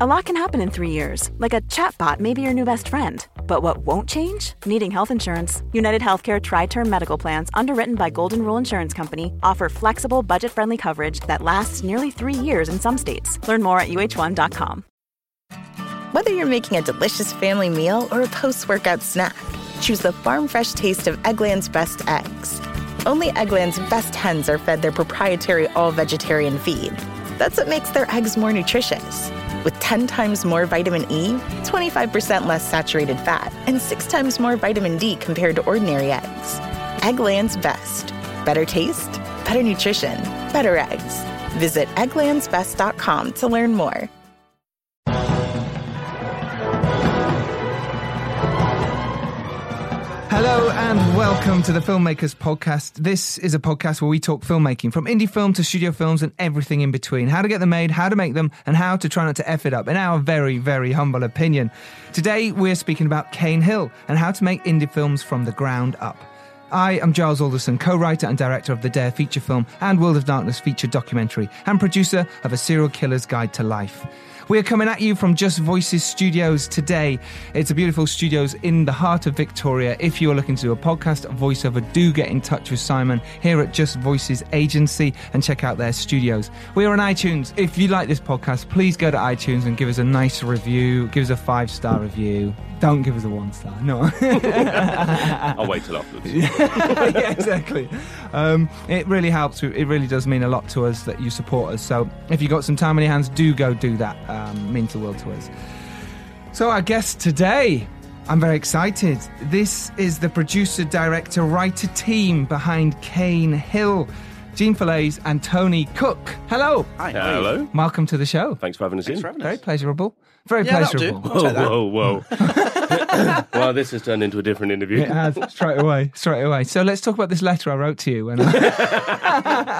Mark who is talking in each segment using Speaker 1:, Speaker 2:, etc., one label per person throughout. Speaker 1: A lot can happen in three years, like a chatbot may be your new best friend. But what won't change? Needing health insurance. United Healthcare Tri Term Medical Plans, underwritten by Golden Rule Insurance Company, offer flexible, budget friendly coverage that lasts nearly three years in some states. Learn more at uh1.com.
Speaker 2: Whether you're making a delicious family meal or a post workout snack, choose the farm fresh taste of Eggland's best eggs. Only Eggland's best hens are fed their proprietary all vegetarian feed. That's what makes their eggs more nutritious. With 10 times more vitamin E, 25% less saturated fat, and 6 times more vitamin D compared to ordinary eggs. Eggland's Best. Better taste, better nutrition, better eggs. Visit egglandsbest.com to learn more.
Speaker 3: Hello and welcome to the Filmmakers Podcast. This is a podcast where we talk filmmaking from indie film to studio films and everything in between. How to get them made, how to make them, and how to try not to F it up, in our very, very humble opinion. Today we're speaking about Cane Hill and how to make indie films from the ground up. I am Giles Alderson, co writer and director of the Dare feature film and World of Darkness feature documentary, and producer of A Serial Killer's Guide to Life. We are coming at you from Just Voices Studios today. It's a beautiful studios in the heart of Victoria. If you are looking to do a podcast voiceover, do get in touch with Simon here at Just Voices Agency and check out their studios. We are on iTunes. If you like this podcast, please go to iTunes and give us a nice review. Give us a five star review. Don't give us a one star. No.
Speaker 4: I'll wait till afterwards.
Speaker 3: yeah, exactly. Um, it really helps. It really does mean a lot to us that you support us. So if you've got some time on your hands, do go do that. Um, means the world to us. So our guest today, I'm very excited. This is the producer, director, writer team behind Kane Hill, Gene Fillets and Tony Cook. Hello.
Speaker 5: Hi.
Speaker 4: Hello.
Speaker 3: Welcome to the show.
Speaker 4: Thanks for having us
Speaker 5: Thanks
Speaker 4: in.
Speaker 5: for having
Speaker 3: Very
Speaker 5: us.
Speaker 3: pleasurable. Very
Speaker 5: Yeah,
Speaker 3: pleasurable.
Speaker 5: that'll do.
Speaker 4: Whoa, whoa, whoa. well, this has turned into a different interview.
Speaker 3: It has straight away, straight away. So let's talk about this letter I wrote to you. When I-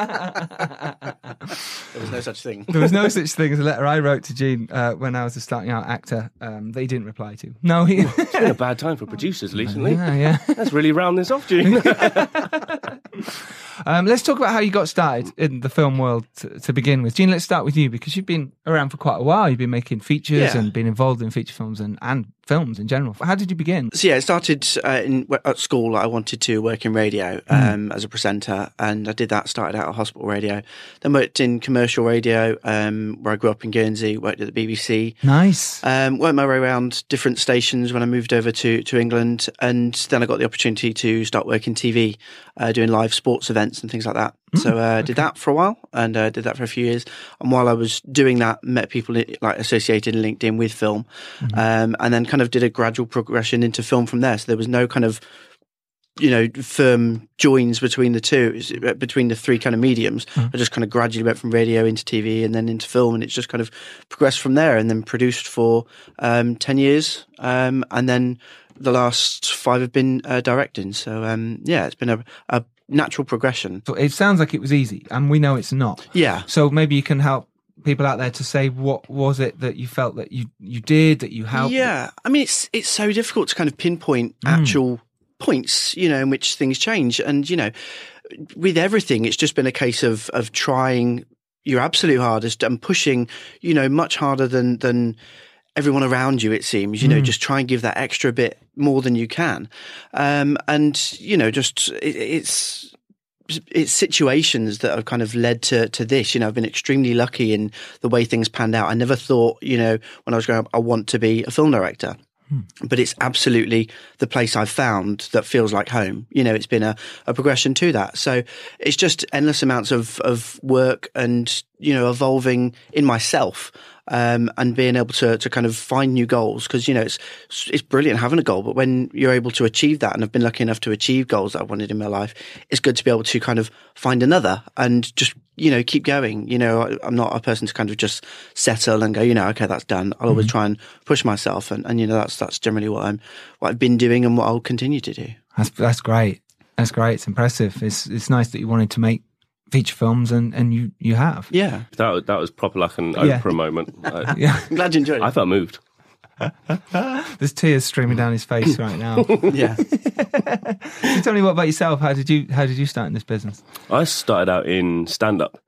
Speaker 5: There was no such thing.
Speaker 3: there was no such thing as a letter I wrote to Gene uh, when I was a starting out actor um, that he didn't reply to. No, he.
Speaker 4: It's been a bad time for producers recently.
Speaker 3: yeah, yeah.
Speaker 4: Let's really round this off, Gene.
Speaker 3: Um, let's talk about how you got started in the film world to, to begin with. Gene, let's start with you because you've been around for quite a while. You've been making features
Speaker 5: Yeah.
Speaker 3: and been involved in feature films and, and films in general. How did you begin?
Speaker 5: So yeah, it started uh, in, w- at school. I wanted to work in radio um, as a presenter, and I did that. Started out at hospital radio, then worked in commercial radio, um, where I grew up in Guernsey. Worked at the BBC.
Speaker 3: Nice.
Speaker 5: Um, worked my way around different stations when I moved over to, to England, and then I got the opportunity to start working TV, uh, doing live sports events and things like that. so uh, I did that for a while, and uh, did that for a few years. And while I was doing that, met people i- like associated in LinkedIn with film, um, and then kind of did a gradual progression into film from there. So there was no kind of you know, firm joins between the two, is- between the three kind of mediums. I just kind of gradually went from radio into TV and then into film, and it's just kind of progressed from there. And then produced for um, ten years, um, and then the last five have been uh, directing. So um, yeah, it's been a, a natural progression.
Speaker 3: So it sounds like it was easy, and we know it's not.
Speaker 5: Yeah,
Speaker 3: So maybe you can help people out there to say what was it that you felt that you you did that you helped.
Speaker 5: Yeah, I mean it's it's so difficult to kind of pinpoint actual points, you know, in which things change, and you know, with everything, it's just been a case of of trying your absolute hardest and pushing, you know, much harder than than everyone around you. It seems, you know, just try and give that extra bit more than you can, um, and you know, just it, it's it's situations that have kind of led to, to this. You know, I've been extremely lucky in the way things panned out. I never thought, you know, when I was growing up, I want to be a film director. But it's absolutely the place I've found that feels like home. You know, it's been a, a progression to that. So it's just endless amounts of, of work and, you know, evolving in myself um, and being able to, to kind of find new goals because you know it's it's brilliant having a goal, but when you're able to achieve that, and I've been lucky enough to achieve goals that I wanted in my life, it's good to be able to kind of find another and just you know keep going. You know, I, I'm not a person to kind of just settle and go, you know, okay, that's done. I'll always try and push myself, and, and you know that's that's generally what I'm what I've been doing and what I'll continue to do.
Speaker 3: That's that's great. That's great. It's impressive. It's it's nice that you wanted to make feature films and and you you have.
Speaker 5: Yeah,
Speaker 4: that, was- that was proper like an
Speaker 3: Yeah.
Speaker 4: Oprah moment. I,
Speaker 3: Yeah.
Speaker 5: I'm glad you enjoyed
Speaker 4: I
Speaker 5: it.
Speaker 4: felt moved.
Speaker 3: There's tears streaming down his face right now.
Speaker 5: yeah,
Speaker 3: So tell me what about yourself. How did you how did you start in this business?
Speaker 4: I started out in stand up.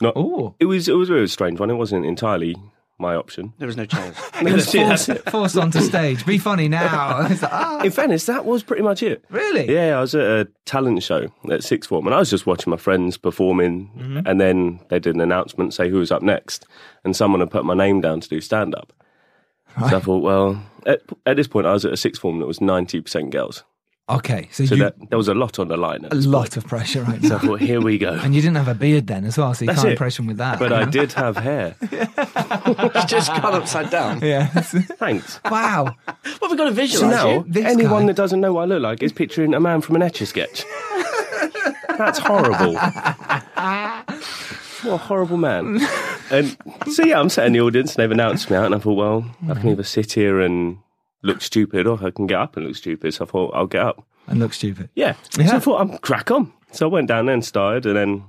Speaker 4: Not
Speaker 3: Oh,
Speaker 4: it was it was a really strange one. It wasn't entirely my option.
Speaker 5: There was no chance.
Speaker 3: Just force, force onto stage. Be funny now. It's like, ah,
Speaker 4: In fairness, that was pretty much it.
Speaker 3: really?
Speaker 4: Yeah, I was at a talent show at Sixth Form and I was just watching my friends performing.
Speaker 3: Mm-hmm.
Speaker 4: And then they did an announcement, say who was up next. And someone had put my name down to do stand up. So I thought, well, at, at this point, I was at a Sixth Form that was 90% girls.
Speaker 3: Okay, so,
Speaker 4: So
Speaker 3: you
Speaker 4: that, there was a lot on the line. at
Speaker 3: a
Speaker 4: this
Speaker 3: lot
Speaker 4: point.
Speaker 3: of pressure right
Speaker 4: So
Speaker 3: now.
Speaker 4: I thought, here we go.
Speaker 3: And you didn't have a beard then as well, so you
Speaker 4: That's
Speaker 3: can't
Speaker 4: it.
Speaker 3: impress him with that.
Speaker 4: But
Speaker 3: you
Speaker 4: I
Speaker 3: know?
Speaker 4: did have hair.
Speaker 5: It's just gone upside down.
Speaker 3: Yeah.
Speaker 4: Thanks.
Speaker 3: wow.
Speaker 5: Well, we've got to
Speaker 4: So
Speaker 5: visualize
Speaker 4: now,
Speaker 3: This
Speaker 4: anyone
Speaker 3: guy.
Speaker 4: that doesn't know what I look like is picturing a man from an etch a sketch. That's horrible. what a horrible man. And so, yeah, I'm sat in the audience and they've announced me out, and I thought, well, I can either sit here and look stupid or I can get up and look stupid. So I thought, I'll get up.
Speaker 3: And look stupid.
Speaker 4: Yeah. So I thought, I'm crack on. So I went down there and started, and then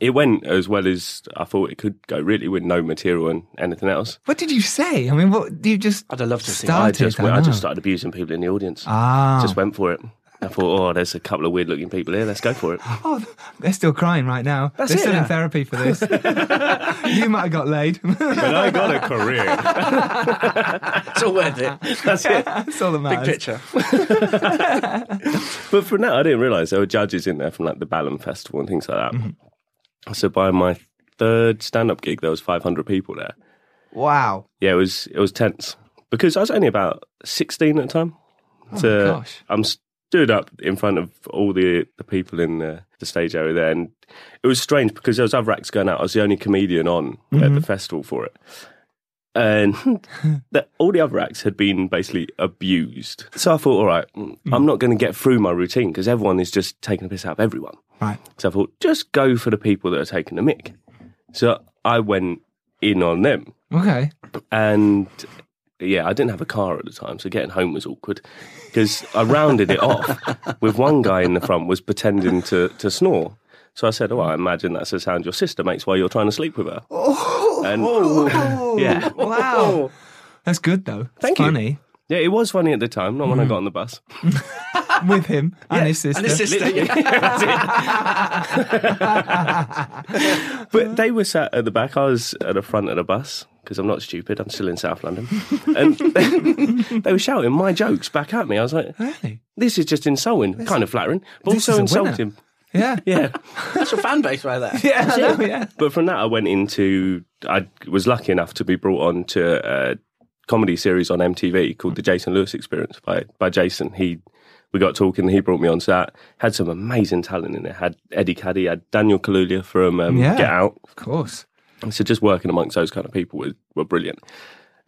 Speaker 4: it went as well as I thought it could go, really, with no material and anything else.
Speaker 3: What did you say? I mean, what do you just
Speaker 5: I'd have loved to see
Speaker 3: started?
Speaker 4: I just, went, I
Speaker 3: know.
Speaker 4: just started abusing people in the audience.
Speaker 3: Ah.
Speaker 4: Just went for it. I thought, oh, there's a couple of weird looking people here. Let's go for it.
Speaker 3: Oh, they're still crying right now. they're
Speaker 4: it,
Speaker 3: still in
Speaker 4: yeah.
Speaker 3: therapy for this. you might have got laid.
Speaker 4: But I got a career.
Speaker 5: It's all worth it.
Speaker 4: That's it.
Speaker 3: That's all that matters.
Speaker 5: Picture.
Speaker 4: But for now, I didn't realise there were judges in there from like the Ballon Festival and things like that.
Speaker 3: Mm-hmm.
Speaker 4: So by my third stand up gig, there was 500 people there.
Speaker 3: Wow.
Speaker 4: Yeah, it was it was tense because I was only about 16 at the time. so
Speaker 3: gosh.
Speaker 4: I'm stood up in front of all the, the people in the, the stage area there. And it was strange because there was other acts going out. I was the only comedian on at the festival for it. And the, all the other acts had been basically abused. So I thought, all right, mm, I'm not going to get through my routine because everyone is just taking a piss out of everyone.
Speaker 3: Right.
Speaker 4: So I thought, just go for the people that are taking the mic. So I went in on them.
Speaker 3: Okay.
Speaker 4: And yeah, I didn't have a car at the time, so getting home was awkward because I rounded it off with one guy in the front was pretending to, to snore. So I said, "Oh, I imagine that's the sound your sister makes while you're trying to sleep with her." and yeah,
Speaker 3: Wow. That's good though. It's
Speaker 4: Thank you.
Speaker 3: funny.
Speaker 4: yeah, it was funny at the time. Not when I got on the bus.
Speaker 3: With him and his sister.
Speaker 5: And it's just
Speaker 4: But they were sat at the back. I was at the front of the bus because I'm not stupid. I'm still in South London, and they were shouting my jokes back at me. I was like,
Speaker 3: Really?
Speaker 4: "This is just insulting, kind of flattering, but
Speaker 3: This
Speaker 4: also
Speaker 3: is a winner.
Speaker 4: insulting."
Speaker 3: Yeah.
Speaker 4: Yeah.
Speaker 5: that's your fan base right there.
Speaker 3: Yeah. I know, yeah.
Speaker 4: But from that, I went into. I was lucky enough to be brought on to a comedy series on MTV called The Jason Lewis Experience by by Jason. He we got talking. He brought me on to that. Had some amazing talent in it. Had Eddie Caddy. Had Daniel Kaluuya from um,
Speaker 3: Yeah.
Speaker 4: Get Out.
Speaker 3: Of course.
Speaker 4: So just working amongst those kind of people was, were brilliant.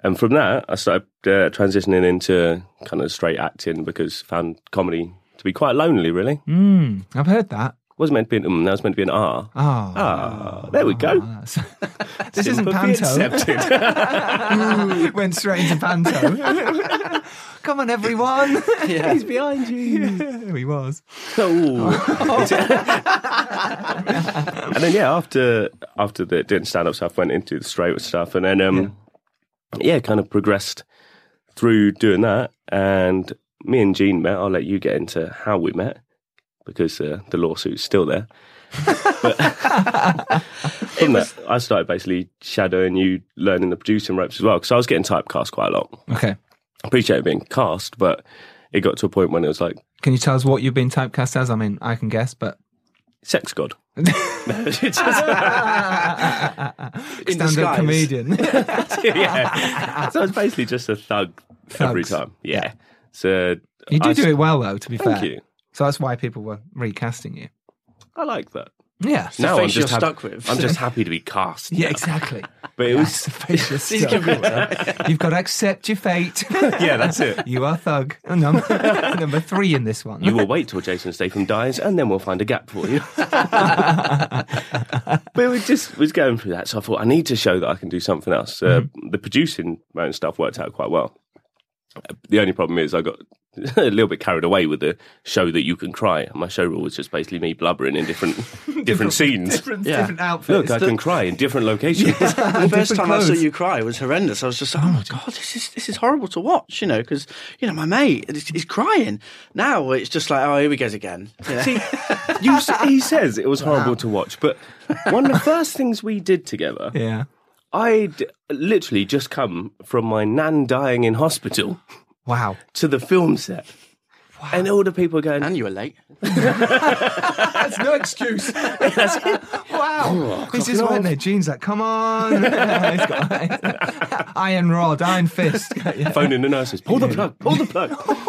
Speaker 4: And from that, I started uh, transitioning into kind of straight acting because found comedy to be quite lonely. Really,
Speaker 3: Mm, I've heard that.
Speaker 4: wasn't meant to be an um, that was meant to be an R.
Speaker 3: Oh.
Speaker 4: Ah, there we go.
Speaker 3: that's- this isn't
Speaker 4: Sympathy
Speaker 3: panto.
Speaker 4: accepted.
Speaker 3: Went straight into panto. Come on, everyone.
Speaker 5: He's behind you.
Speaker 3: he was.
Speaker 4: and then yeah, after after the doing stand up stuff, went into the straight stuff, and then um, yeah. kind of progressed through doing that. And me and Gene met. I'll let you get into how we met because uh, the lawsuit's still there. but from that, I started basically shadowing you, learning the producing ropes as well because I was getting typecast quite a lot.
Speaker 3: Okay.
Speaker 4: I appreciate being cast, but it got to a point when it was like
Speaker 3: Can you tell us what you've been typecast as? I mean, I can guess, but
Speaker 4: sex god.
Speaker 5: In
Speaker 3: stand up
Speaker 5: disguise.
Speaker 3: comedian.
Speaker 4: yeah. So it's basically just a thug every
Speaker 3: Thugs.
Speaker 4: time. Yeah. So
Speaker 3: You do
Speaker 4: I-
Speaker 3: do it well, though, to be
Speaker 4: Thank
Speaker 3: fair.
Speaker 4: you.
Speaker 3: So that's why people were recasting you.
Speaker 4: I like that.
Speaker 3: Yeah.
Speaker 5: the face you're stuck with.
Speaker 4: I'm just happy to be cast.
Speaker 3: yeah, exactly.
Speaker 4: But it
Speaker 3: That's
Speaker 4: was
Speaker 3: the face you're stuck with. You've got to accept your fate.
Speaker 4: yeah, that's it.
Speaker 3: You are thug. Number, number three in this one.
Speaker 4: You will wait till Jason Statham dies, and then we'll find a gap for you. but it was just was going through that, so I thought I need to show that I can do something else. Uh, The producing my own stuff worked out quite well. The only problem is I got a little bit carried away with the show that you can cry. My show rule was just basically me blubbering in different different scenes.
Speaker 3: different,
Speaker 5: Yeah.
Speaker 3: different outfits.
Speaker 4: Look, I can cry in different locations.
Speaker 5: the first
Speaker 3: different
Speaker 5: time I
Speaker 3: clothes.
Speaker 5: saw you cry was horrendous. I was just like, oh my god, this is this is horrible to watch, you know, because you know my mate is, is crying. Now it's just like, oh, here he goes again. You know?
Speaker 4: See, you, s- he says it was horrible to watch, but one of the first things we did together,
Speaker 3: yeah.
Speaker 4: I'd literally just come from my nan dying in hospital
Speaker 3: Wow.
Speaker 4: to the film set. And all the people going,
Speaker 5: And you were late.
Speaker 3: That's no excuse. wow. This is wearing their jeans like, come on. It's got- iron rod, iron fist. Yeah.
Speaker 4: phoning the nurses, pull the plug, pull the plug.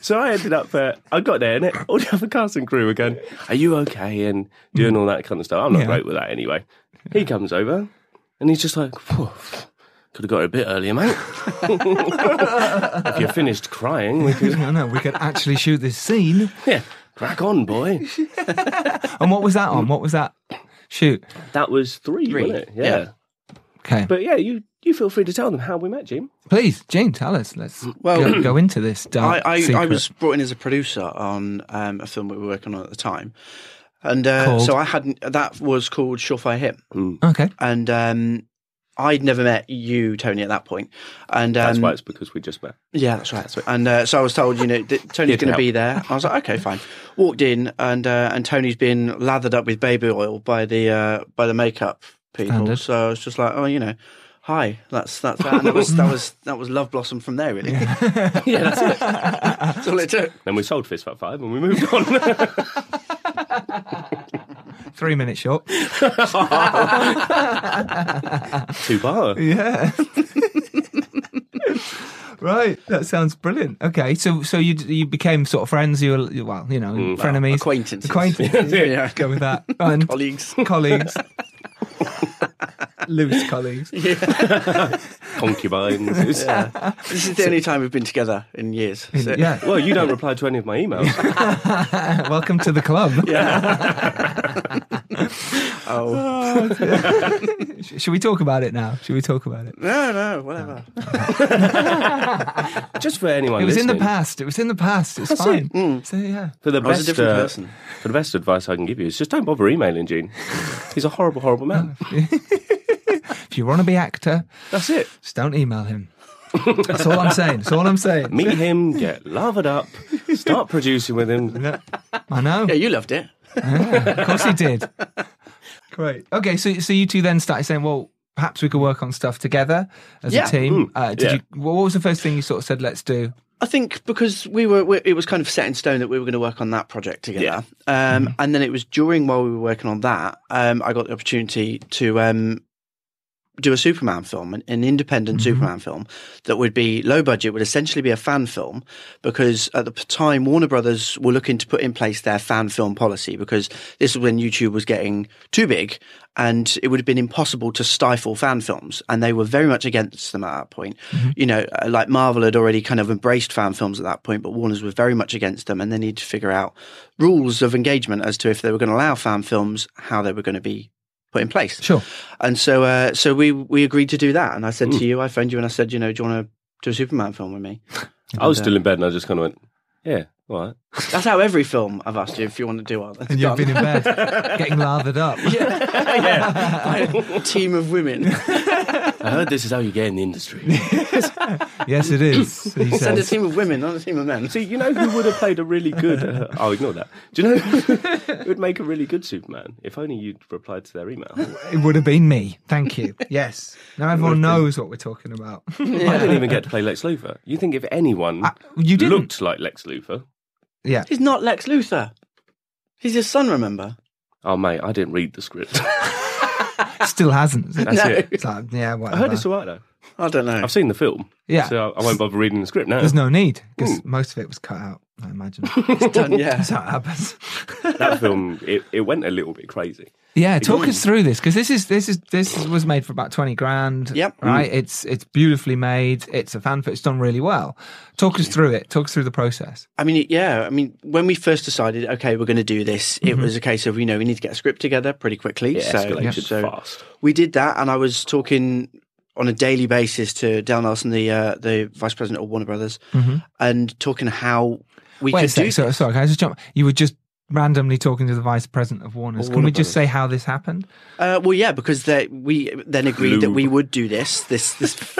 Speaker 4: so I ended up, uh, I got there and it, all the other cast and crew were going, Are you okay? And doing all that kind of stuff. I'm not
Speaker 3: Yeah.
Speaker 4: great with that anyway. He comes over and he's just like, Could have got here a bit earlier, mate. if you finished crying, we could,
Speaker 3: No, no, we could actually shoot this scene.
Speaker 4: yeah, crack on, boy.
Speaker 3: And what was that on? What was that? Shoot.
Speaker 4: That was 3
Speaker 5: Three,
Speaker 4: wasn't it? Yeah.
Speaker 5: yeah.
Speaker 3: Okay.
Speaker 4: But yeah, you, you feel free to tell them how we met, Jim.
Speaker 3: Please, Jane, tell us. Let's
Speaker 5: Mm, Well,
Speaker 3: go, go into this dark
Speaker 5: I, I, I
Speaker 3: secret.
Speaker 5: was brought in as a producer on um, a film we were working on at the time. And uh,
Speaker 3: Called?
Speaker 5: so I hadn't, that was called Surefire Him.
Speaker 3: Okay.
Speaker 5: And um, I'd never met you, Tony, at that point. And um,
Speaker 4: That's why it's because we just met.
Speaker 5: Yeah, that's right. That's right. And uh, so I was told, you know, that Tony's
Speaker 4: Here to
Speaker 5: going to
Speaker 4: help.
Speaker 5: be there. I was like, okay, fine. Walked in, and uh, and Tony's been lathered up with baby oil by the uh, by the makeup people.
Speaker 3: Standard.
Speaker 5: So I was just like, oh, you know, hi, that's that's that. And that was that was that was love blossom from there, really. Yeah, that's it. that's all it took.
Speaker 4: Then we sold Fist Fat Five and we moved on.
Speaker 3: Three minutes short.
Speaker 4: Two bar.
Speaker 3: Yeah. right. That sounds brilliant. Okay. So so you you became sort of friends. You were well, you know, frenemies,
Speaker 5: Mm, acquaintances.
Speaker 3: acquaintances.
Speaker 5: Yeah.
Speaker 3: Go with that. And
Speaker 5: Colleagues.
Speaker 3: colleagues. Loose colleagues.
Speaker 4: Concubines. It's-
Speaker 5: This is the only time we've been together in years. So-
Speaker 3: Yeah.
Speaker 4: Well, you don't reply to any of my emails.
Speaker 3: Welcome to the club.
Speaker 5: Oh
Speaker 3: Sh- Should we talk about it now? Should we talk about it?
Speaker 5: no, no, whatever.
Speaker 4: Just for anyone
Speaker 3: It was in the
Speaker 4: listening,
Speaker 3: past. It was in the past. It's fine.
Speaker 5: Mm.
Speaker 3: So yeah.
Speaker 4: For the
Speaker 5: I was a
Speaker 4: best,
Speaker 5: different
Speaker 4: uh,
Speaker 5: person.
Speaker 4: for the best advice I can give you is just don't bother emailing Gene. He's a horrible, horrible man.
Speaker 3: If you want to be actor,
Speaker 4: That's it.
Speaker 3: just don't email him. That's all I'm saying. That's all I'm saying.
Speaker 4: Meet him, get lathered up, start producing with him.
Speaker 3: I know.
Speaker 5: Yeah, you loved it.
Speaker 3: Of course he did. Great. Okay, so so you two then started saying, well, perhaps we could work on stuff together as
Speaker 5: Yeah.
Speaker 3: a team. Uh, did
Speaker 4: Yeah.
Speaker 3: you? What was the first thing you sort of said? Let's do.
Speaker 5: I think because we were, we, it was kind of set in stone that we were going to work on that project together. Um, And then it was during while we were working on that, um, I got the opportunity to um, do a Superman film, an, an independent Superman film that would be low budget, would essentially be a fan film because at the p- time Warner Brothers were looking to put in place their fan film policy because this is when YouTube was getting too big and it would have been impossible to stifle fan films. And they were very much against them at that point. You know, uh, like Marvel had already kind of embraced fan films at that point, but Warner's was very much against them. And they needed to figure out rules of engagement as to if they were going to allow fan films, how they were going to be put in place.
Speaker 3: Sure.
Speaker 5: And so, uh, so we we agreed to do that. And I said to you, I phoned you and I said, you know, do you want to do a Superman film with me?
Speaker 4: I was still in bed and I just kind of went, yeah, all right.
Speaker 5: That's how every film I've asked you if you want to do one. That's
Speaker 3: And you've
Speaker 5: done.
Speaker 3: been in bed, getting lathered up.
Speaker 5: By a team of women.
Speaker 4: I heard this is how you get in the industry.
Speaker 3: Yes, it is. He
Speaker 5: Send a
Speaker 3: says.
Speaker 5: team of women, not a team of men.
Speaker 4: See, you know who would have played a really good. Uh, oh, ignore that. Do you know who would make a really good Superman? If only you'd replied to their email.
Speaker 3: It would have been me. Thank you. Yes. Now everyone knows what we're talking about.
Speaker 4: I didn't even get to play Lex Luthor. You think if anyone
Speaker 3: Uh, you didn't.
Speaker 4: looked like Lex Luthor,
Speaker 3: Yeah.
Speaker 5: He's not Lex Luthor. He's his son. Remember?
Speaker 4: oh mate, I didn't read the script.
Speaker 3: Still hasn't. is it?
Speaker 4: That's it.
Speaker 3: It's like, yeah,
Speaker 4: I
Speaker 3: whatever.
Speaker 4: heard it's all right though.
Speaker 5: I don't know.
Speaker 4: I've seen the film,
Speaker 3: Yeah.
Speaker 4: so I won't bother reading the script now.
Speaker 3: There's no need because most of it was cut out. I imagine.
Speaker 5: It's done. Yeah.
Speaker 3: That's how it happens.
Speaker 4: that film, it, it went a little bit crazy.
Speaker 3: Yeah, talk us through this because this is this is this is- was made for about twenty grand.
Speaker 5: Yep.
Speaker 3: Right. It's it's beautifully made. It's a fan. It's done really well. Talk us through it. Talk us through the process.
Speaker 5: I mean, yeah. I mean, when we first decided, okay, we're going to do this, it was a case of you know we need to get a script together pretty quickly.
Speaker 4: Mm-hmm. It escalated
Speaker 5: so, so
Speaker 4: fast.
Speaker 5: we did that, and I was talking on a daily basis to Dale Nelson, the uh, the vice president of Warner Brothers, and talking how we
Speaker 3: Mm-hmm. Wait a
Speaker 5: could do
Speaker 3: sec. So, sorry, can I just jump? You were just randomly talking to the vice president of Warner's.
Speaker 5: Of
Speaker 3: can
Speaker 5: Warner
Speaker 3: we just say how this happened?
Speaker 5: Uh, well, yeah, because they, we then agreed that we would do this. This, this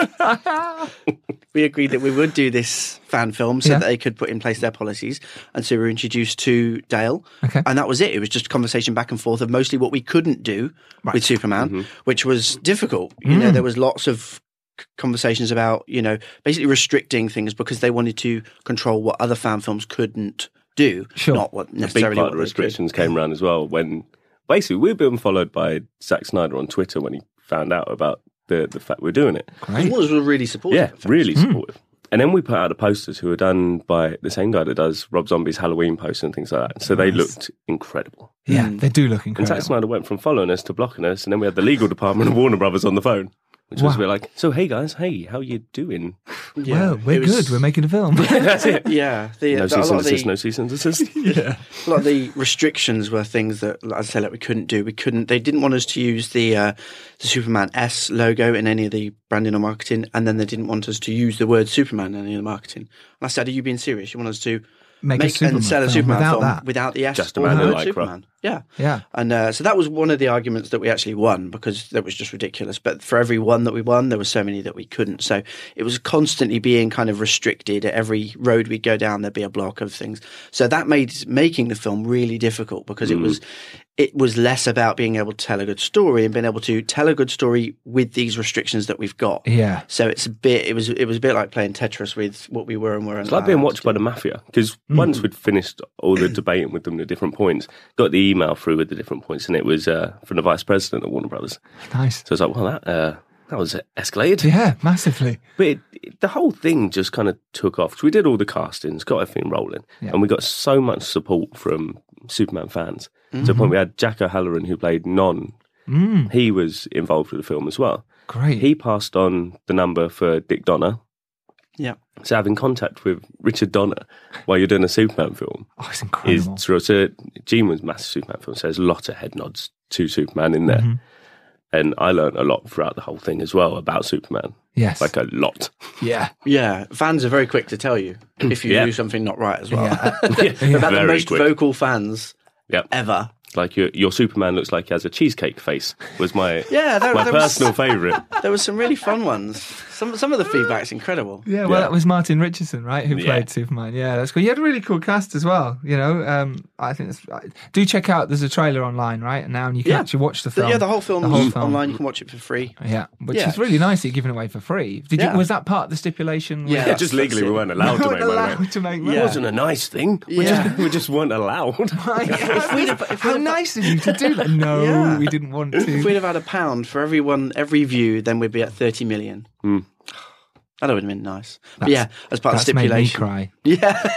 Speaker 5: we agreed that we would do this fan film so
Speaker 3: Yeah.
Speaker 5: that they could put in place their policies. And so we were introduced to Dale.
Speaker 3: Okay.
Speaker 5: And that was it. It was just conversation back and forth of mostly what we couldn't do with Superman,
Speaker 4: Mm-hmm.
Speaker 5: which was difficult. You
Speaker 4: Mm.
Speaker 5: know, there was lots of c- conversations about, you know, basically restricting things because they wanted to control what other fan films couldn't do,
Speaker 3: Sure.
Speaker 5: not what
Speaker 4: a big part
Speaker 5: necessarily
Speaker 4: of
Speaker 5: what
Speaker 4: the
Speaker 5: they could.
Speaker 4: restrictions came around as well when basically we were being followed by Zack Snyder on Twitter when he found out about the, the fact we are doing it.
Speaker 5: As well as we're really supportive.
Speaker 4: Yeah, really
Speaker 5: Hmm.
Speaker 4: supportive. And then we put out the posters who were done by the same guy that does Rob Zombie's Halloween poster and things like that. So they looked incredible.
Speaker 3: Yeah, they do look
Speaker 4: And Zack
Speaker 3: incredible.
Speaker 4: Snyder went from following us to blocking us, and then we had the legal department of Warner Brothers on the phone, which was
Speaker 3: Wow.
Speaker 4: we're like, "So hey guys, hey, how you doing?"
Speaker 5: Yeah,
Speaker 3: well, we're
Speaker 5: it was-
Speaker 3: good. We're making a film.
Speaker 4: That's it.
Speaker 5: Yeah, the,
Speaker 4: No
Speaker 5: a, lot
Speaker 4: cease and
Speaker 5: of
Speaker 4: desist.
Speaker 5: the,
Speaker 4: No cease and desist.
Speaker 5: a lot of the restrictions were things that, like I said, like we couldn't do. We couldn't. They didn't want us to use the uh, the Superman S logo in any of the branding or marketing, and then they didn't want us to use the word Superman in any of the marketing. And I said, "Are you being serious? You want us to
Speaker 3: Make a Superman
Speaker 5: and sell a
Speaker 3: film
Speaker 5: Superman
Speaker 3: without
Speaker 5: film
Speaker 3: that?
Speaker 5: without the S
Speaker 4: Just a
Speaker 5: or
Speaker 4: man
Speaker 5: the
Speaker 4: in
Speaker 5: word
Speaker 4: lycra.
Speaker 5: Superman?" Yeah,
Speaker 3: Yeah.
Speaker 5: And uh, so that was one of the arguments that we actually won because that was just ridiculous. But for every one that we won, there were so many that we couldn't. So it was constantly being kind of restricted. At every road we go down, there'd be a block of things. So that made making the film really difficult because
Speaker 4: Mm.
Speaker 5: it was it was less about being able to tell a good story and being able to tell a good story with these restrictions that we've got.
Speaker 3: Yeah.
Speaker 5: So it's a bit. It was it was a bit like playing Tetris with what we were and weren't.
Speaker 4: It's like being watched by the mafia because
Speaker 3: Mm.
Speaker 4: once we'd finished all the debating with them, the different points, got the email through with the different points, and it was uh, from the vice president at Warner Brothers.
Speaker 3: Nice.
Speaker 4: So it's like, well, that uh, that was escalated.
Speaker 3: Yeah, massively.
Speaker 4: But it, it- the whole thing just kind of took off. 'Cause We did all the castings, got everything rolling,
Speaker 3: Yeah.
Speaker 4: and we got so much support from Superman fans. To the
Speaker 3: Mm-hmm.
Speaker 4: point we had Jack O'Halloran, who played Non.
Speaker 3: Mm.
Speaker 4: He was involved with the film as well.
Speaker 3: Hmm, Great.
Speaker 4: He passed on the number for Dick Donner.
Speaker 5: yeah.
Speaker 4: So having contact with Richard Donner while you're doing a Superman film
Speaker 3: oh, it's
Speaker 4: is
Speaker 3: incredible.
Speaker 4: so, so Gene was a massive Superman film, so there's a lot of head nods to Superman in there. And I learned a lot throughout the whole thing as well about Superman.
Speaker 3: yes.
Speaker 4: Like a lot.
Speaker 3: yeah.
Speaker 5: Yeah, fans are very quick to tell you if you
Speaker 4: Yeah.
Speaker 5: do something not right as well.
Speaker 3: Yeah.
Speaker 5: We've had the
Speaker 4: Very
Speaker 5: most
Speaker 4: quick.
Speaker 5: vocal fans
Speaker 4: Yep.
Speaker 5: ever.
Speaker 4: Like your your Superman looks like he has a cheesecake face was my
Speaker 5: Yeah, that-
Speaker 4: my
Speaker 5: that was-
Speaker 4: personal favourite.
Speaker 5: There were some really fun ones. Some some of the feedback's incredible.
Speaker 3: Yeah, well,
Speaker 4: Yeah.
Speaker 3: that was Martin Richardson, right, who
Speaker 4: Yeah.
Speaker 3: played Superman. Yeah, that's cool. You had a really cool cast as well. You know, um, I think that's, I- do check out. There's a trailer online right now, and you can
Speaker 5: Yeah.
Speaker 3: actually watch the
Speaker 5: The-
Speaker 3: film.
Speaker 5: yeah, the whole film
Speaker 3: The whole
Speaker 5: is
Speaker 3: film.
Speaker 5: online. You can watch it for free.
Speaker 3: Yeah, which
Speaker 5: Yeah.
Speaker 3: is really nice. that You're giving away for free. Did
Speaker 5: Yeah.
Speaker 3: you? Was that part of the stipulation?
Speaker 5: Yeah.
Speaker 4: Yeah, just legally we weren't allowed
Speaker 3: we
Speaker 4: to
Speaker 3: weren't
Speaker 4: make money.
Speaker 3: allowed to make
Speaker 4: It
Speaker 3: money.
Speaker 4: wasn't a nice thing. We,
Speaker 5: Yeah.
Speaker 4: just, we just weren't allowed.
Speaker 3: if we'd have, How nice of you to do that. No,
Speaker 5: Yeah.
Speaker 3: we didn't want
Speaker 5: If we'd
Speaker 3: to.
Speaker 5: have had a pound for everyone, every view, then we'd be at thirty million.
Speaker 4: Hmm.
Speaker 5: That would have been nice. But yeah, as part of the
Speaker 3: That's made me
Speaker 5: stipulation,
Speaker 3: cry.
Speaker 4: yeah.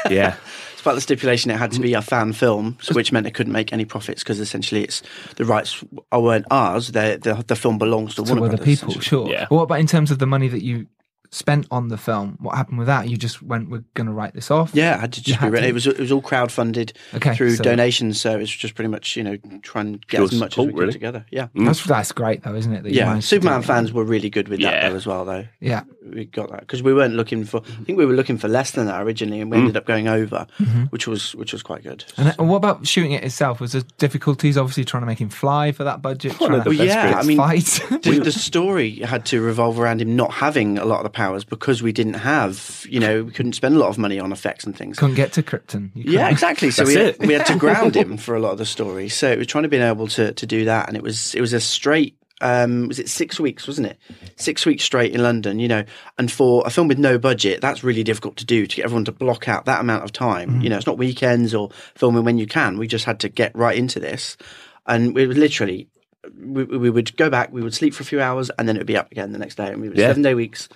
Speaker 5: as part of the stipulation, it had to be a fan film, so which meant it couldn't make any profits because essentially it's the rights are- weren't ours. They, the the film belongs to,
Speaker 3: to
Speaker 5: Warner
Speaker 3: other
Speaker 5: Brothers,
Speaker 3: people,
Speaker 5: essentially.
Speaker 3: sure.
Speaker 4: Yeah.
Speaker 3: But what about in terms of the money that you spent on the film? What happened with that? You just went, we're going to write this off.
Speaker 5: Yeah, I had to
Speaker 3: You
Speaker 5: just
Speaker 3: had
Speaker 5: be ready.
Speaker 3: to.
Speaker 5: It was it was all crowdfunded
Speaker 3: Okay,
Speaker 5: through
Speaker 3: so-
Speaker 5: donations, so it's just pretty much you know try and get
Speaker 4: Your
Speaker 5: as much
Speaker 4: support,
Speaker 5: as we
Speaker 4: really. Mm.
Speaker 5: could together. Yeah,
Speaker 3: That's, that's great, though, isn't it? that you
Speaker 5: Mm. yeah.
Speaker 3: managed to do
Speaker 5: Superman
Speaker 3: that?
Speaker 5: fans were really good with that
Speaker 4: Yeah.
Speaker 5: though as well, though.
Speaker 3: Yeah.
Speaker 5: We got that because we weren't looking for. I think we were looking for less than that originally,
Speaker 4: Mm.
Speaker 5: and we ended up going over, which was which was quite good.
Speaker 3: Mm-hmm. And and what about shooting it itself? Was there difficulties, obviously, trying to make him fly for that budget?
Speaker 4: One
Speaker 3: trying
Speaker 4: of
Speaker 3: to
Speaker 4: the best
Speaker 5: yeah, I
Speaker 4: bits.
Speaker 5: mean-
Speaker 3: fight.
Speaker 5: The, the story had to revolve around him not having a lot of the powers because we didn't have, you know, we couldn't spend a lot of money on effects and things.
Speaker 3: Couldn't get to Krypton. You
Speaker 5: Yeah,
Speaker 3: couldn't.
Speaker 5: exactly. So
Speaker 4: That's
Speaker 5: we
Speaker 4: it.
Speaker 5: we had to ground him for a lot of the story. So it was trying to be able to to do that, and it was it was a straight. Um, was it six weeks? Wasn't it six weeks straight in London? You know, and for a film with no budget, that's really difficult to do to get everyone to block out that amount of time.
Speaker 4: Mm-hmm.
Speaker 5: You know, it's not weekends or filming when you can. We just had to get right into this, and we were literally. We, we would go back, we would sleep for a few hours, and then it would be up again the next day. And we were
Speaker 4: Yeah.
Speaker 5: seven day weeks